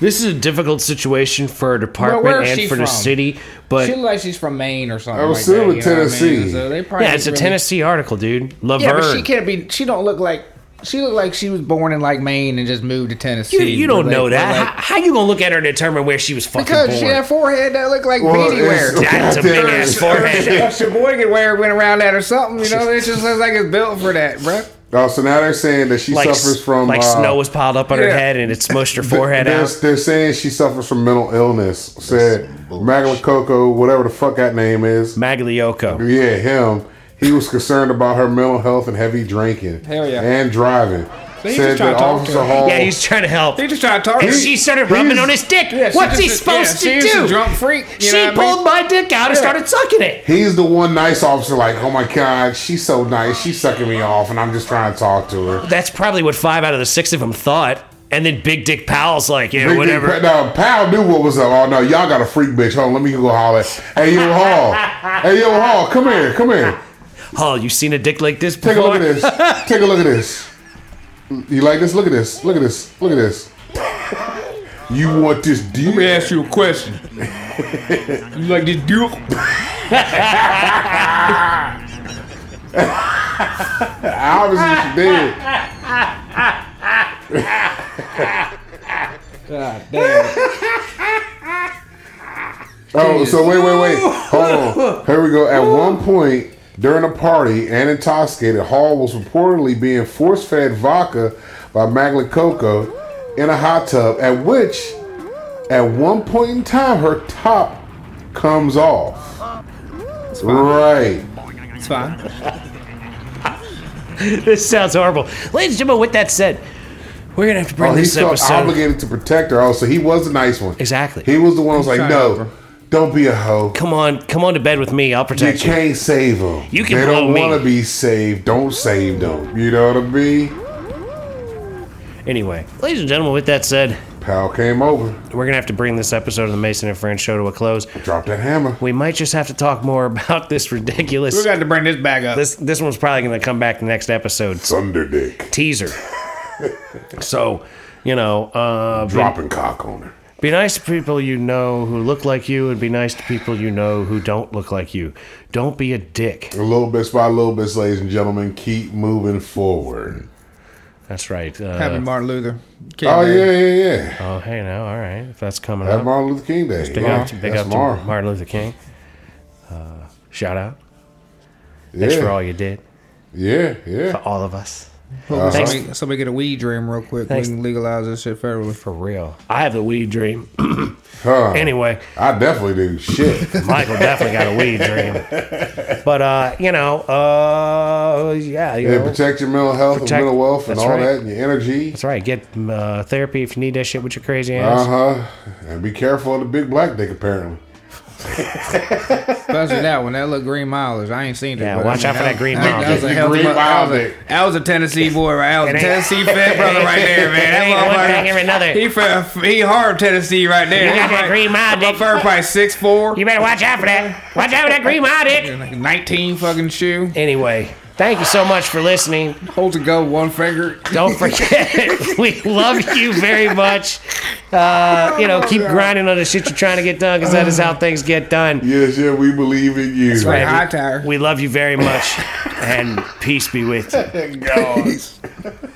[SPEAKER 1] This is a difficult situation for our department
[SPEAKER 4] where is
[SPEAKER 1] and
[SPEAKER 4] she
[SPEAKER 1] for the
[SPEAKER 4] from?
[SPEAKER 1] city, but
[SPEAKER 4] She looks like she's from Maine or something.
[SPEAKER 2] I was
[SPEAKER 4] like
[SPEAKER 2] still
[SPEAKER 4] that,
[SPEAKER 2] with
[SPEAKER 4] you know what I mean?
[SPEAKER 2] Tennessee.
[SPEAKER 4] So they probably
[SPEAKER 1] yeah, it's a
[SPEAKER 4] really-
[SPEAKER 1] Tennessee article, dude. Laverne.
[SPEAKER 4] Yeah, but she can't be. She don't look like. She looked like she was born in like Maine and just moved to Tennessee.
[SPEAKER 1] You, you don't
[SPEAKER 4] Like-
[SPEAKER 1] know that.
[SPEAKER 4] like-
[SPEAKER 1] how, how you gonna look at her and determine where she was fucking
[SPEAKER 4] because
[SPEAKER 1] born?
[SPEAKER 4] she had a forehead that looked like
[SPEAKER 2] Well,
[SPEAKER 4] beanie
[SPEAKER 2] it's-
[SPEAKER 4] wear.
[SPEAKER 1] That's a big ass forehead.
[SPEAKER 4] Sheboygan wear went around that or something. You know, it just looks like it's built for that, bro.
[SPEAKER 2] Oh, so now they're saying that she
[SPEAKER 1] Like, s-
[SPEAKER 2] suffers from
[SPEAKER 1] like
[SPEAKER 2] uh,
[SPEAKER 1] snow was piled up on her
[SPEAKER 3] yeah.
[SPEAKER 1] head and it smushed her
[SPEAKER 2] th-
[SPEAKER 1] forehead
[SPEAKER 2] they're,
[SPEAKER 1] out.
[SPEAKER 2] they're saying she suffers from mental illness. Said
[SPEAKER 5] bullshit.
[SPEAKER 2] Magla Coco, whatever the fuck that name is.
[SPEAKER 1] Magliocco.
[SPEAKER 2] Yeah, him. He was concerned about her mental health and heavy drinking.
[SPEAKER 3] Hell yeah.
[SPEAKER 2] And driving.
[SPEAKER 3] he's
[SPEAKER 2] Said
[SPEAKER 3] just trying to
[SPEAKER 2] that
[SPEAKER 3] talk to
[SPEAKER 2] Officer
[SPEAKER 3] her.
[SPEAKER 2] Hall.
[SPEAKER 1] Yeah, he's trying to help.
[SPEAKER 3] He just tried to talk
[SPEAKER 1] And
[SPEAKER 3] to
[SPEAKER 1] she started rubbing on his dick. What's he supposed to do?
[SPEAKER 3] She's a drunk freak. you
[SPEAKER 1] she
[SPEAKER 3] know what I mean?
[SPEAKER 1] pulled my dick out and started sucking it.
[SPEAKER 2] he's the one nice officer. Like, oh my god, she's so nice. She's sucking me off, and I'm just trying to talk to her.
[SPEAKER 1] That's probably what five out of the six of them thought. And then Big Dick Powell's like, yeah,
[SPEAKER 2] Big
[SPEAKER 1] whatever.
[SPEAKER 2] Dick, Pa- no, Pal knew what was up. Oh no, y'all got a freak bitch. Hold on, let me go holler. Hey yo, Hall. hey yo, Hall. Come here. Come here.
[SPEAKER 1] Hall, Oh, you seen a dick like this before?
[SPEAKER 2] Take a look at this. Take a look at this. You like this? Look at this. Look at this. Look at this. You want this
[SPEAKER 3] Let
[SPEAKER 2] deep?
[SPEAKER 3] me ask you a question. you like this duke?
[SPEAKER 2] Obviously, she did.
[SPEAKER 3] God damn.
[SPEAKER 2] Oh, so wait, wait, wait. Hold on. Here we go. At one point during a party and intoxicated, Hall was reportedly being force fed vodka by Magla Coco in a hot tub, at which, at one point in time, her top comes off. Right.
[SPEAKER 4] It's fine.
[SPEAKER 1] This sounds horrible. Ladies and gentlemen, with that said, we're going to have to bring
[SPEAKER 2] Oh, he
[SPEAKER 1] this
[SPEAKER 2] felt
[SPEAKER 1] episode.
[SPEAKER 2] obligated to protect her. Oh, so he was the nice one.
[SPEAKER 1] Exactly.
[SPEAKER 2] He was the one who was like,
[SPEAKER 4] trying to help
[SPEAKER 2] no, don't be a hoe.
[SPEAKER 1] come on, come on to bed with me. I'll
[SPEAKER 2] You
[SPEAKER 1] protect you.
[SPEAKER 2] can't save them.
[SPEAKER 1] You can
[SPEAKER 2] they
[SPEAKER 1] blow
[SPEAKER 2] don't
[SPEAKER 1] me.
[SPEAKER 2] want to be saved. Don't save them. You know what I mean?
[SPEAKER 1] Anyway, ladies and gentlemen, with that said,
[SPEAKER 2] Pal came over.
[SPEAKER 1] we're going to have to bring this episode of the Mason and Friends show to a close.
[SPEAKER 2] Drop that hammer.
[SPEAKER 1] We might just have to talk more about this ridiculous.
[SPEAKER 4] We got to bring this back up.
[SPEAKER 1] This this one's probably going to come back the next episode
[SPEAKER 2] Thunder dick.
[SPEAKER 1] teaser. so, you know, uh, be,
[SPEAKER 2] Dropping cock on her.
[SPEAKER 1] be nice to people you know who look like you, and be nice to people you know who don't look like you. Don't be a dick.
[SPEAKER 2] A little bit by little bit, ladies and gentlemen. Keep moving forward.
[SPEAKER 1] That's right.
[SPEAKER 4] Happy
[SPEAKER 1] Uh,
[SPEAKER 4] Martin Luther. King
[SPEAKER 2] Oh
[SPEAKER 4] Day.
[SPEAKER 2] yeah, yeah, yeah.
[SPEAKER 1] oh, hey, now, all right, if that's coming
[SPEAKER 2] That's
[SPEAKER 1] up,
[SPEAKER 2] Martin Luther King Day.
[SPEAKER 1] big
[SPEAKER 2] Yeah,
[SPEAKER 1] up, to, big
[SPEAKER 2] that's
[SPEAKER 1] up to
[SPEAKER 2] tomorrow.
[SPEAKER 1] Martin Luther King. Uh, shout out. Thanks for all
[SPEAKER 2] Yeah,
[SPEAKER 1] you did
[SPEAKER 2] yeah, yeah.
[SPEAKER 1] for all of us.
[SPEAKER 4] Hope
[SPEAKER 1] Thanks.
[SPEAKER 4] Somebody, somebody get a weed dream real quick.
[SPEAKER 1] Thanks.
[SPEAKER 4] We can legalize this shit federally.
[SPEAKER 1] For real, I have the weed dream.
[SPEAKER 2] Huh.
[SPEAKER 1] Anyway,
[SPEAKER 2] I definitely do. Shit.
[SPEAKER 1] Michael definitely got a weed dream. But uh, you know, uh, yeah, you
[SPEAKER 2] Yeah,
[SPEAKER 1] know,
[SPEAKER 2] protect your mental health
[SPEAKER 1] Protect-
[SPEAKER 2] and mental wealth and
[SPEAKER 1] that's
[SPEAKER 2] all
[SPEAKER 1] right.
[SPEAKER 2] that and your energy.
[SPEAKER 1] That's right. Get uh, therapy if you need that shit with your crazy
[SPEAKER 2] Uh
[SPEAKER 1] ass.
[SPEAKER 2] huh. And be careful of the big black dick, apparently.
[SPEAKER 4] Especially that one. That little green mileage. I ain't seen it.
[SPEAKER 1] Yeah,
[SPEAKER 4] but
[SPEAKER 1] watch
[SPEAKER 4] I
[SPEAKER 1] out for that green mile.
[SPEAKER 4] That was a
[SPEAKER 2] The
[SPEAKER 4] hell of a
[SPEAKER 2] green mile
[SPEAKER 4] that was
[SPEAKER 2] dick.
[SPEAKER 4] a- that was a Tennessee boy, right? That was
[SPEAKER 1] It
[SPEAKER 4] a
[SPEAKER 1] ain't-
[SPEAKER 4] Tennessee fat brother right there, man.
[SPEAKER 1] It ain't one thing or
[SPEAKER 4] That
[SPEAKER 1] another.
[SPEAKER 4] motherfucker. He from he hard Tennessee right there.
[SPEAKER 1] You
[SPEAKER 4] He
[SPEAKER 1] got that
[SPEAKER 4] probably-
[SPEAKER 1] green mile
[SPEAKER 4] that
[SPEAKER 1] dick.
[SPEAKER 4] motherfucker probably six four.
[SPEAKER 1] You better watch out for that. Watch out for that green mile dick.
[SPEAKER 4] Like nineteen fucking shoe.
[SPEAKER 1] Anyway, thank you so much for listening.
[SPEAKER 4] Hold to go one finger.
[SPEAKER 1] Don't forget, we love you very much. Uh, you know, keep grinding on the shit you're trying to get done because that is how things get done.
[SPEAKER 2] Yes, yeah, we believe in you. That's
[SPEAKER 1] right.
[SPEAKER 4] High tire.
[SPEAKER 1] We love you very much, and peace be with you.
[SPEAKER 2] God.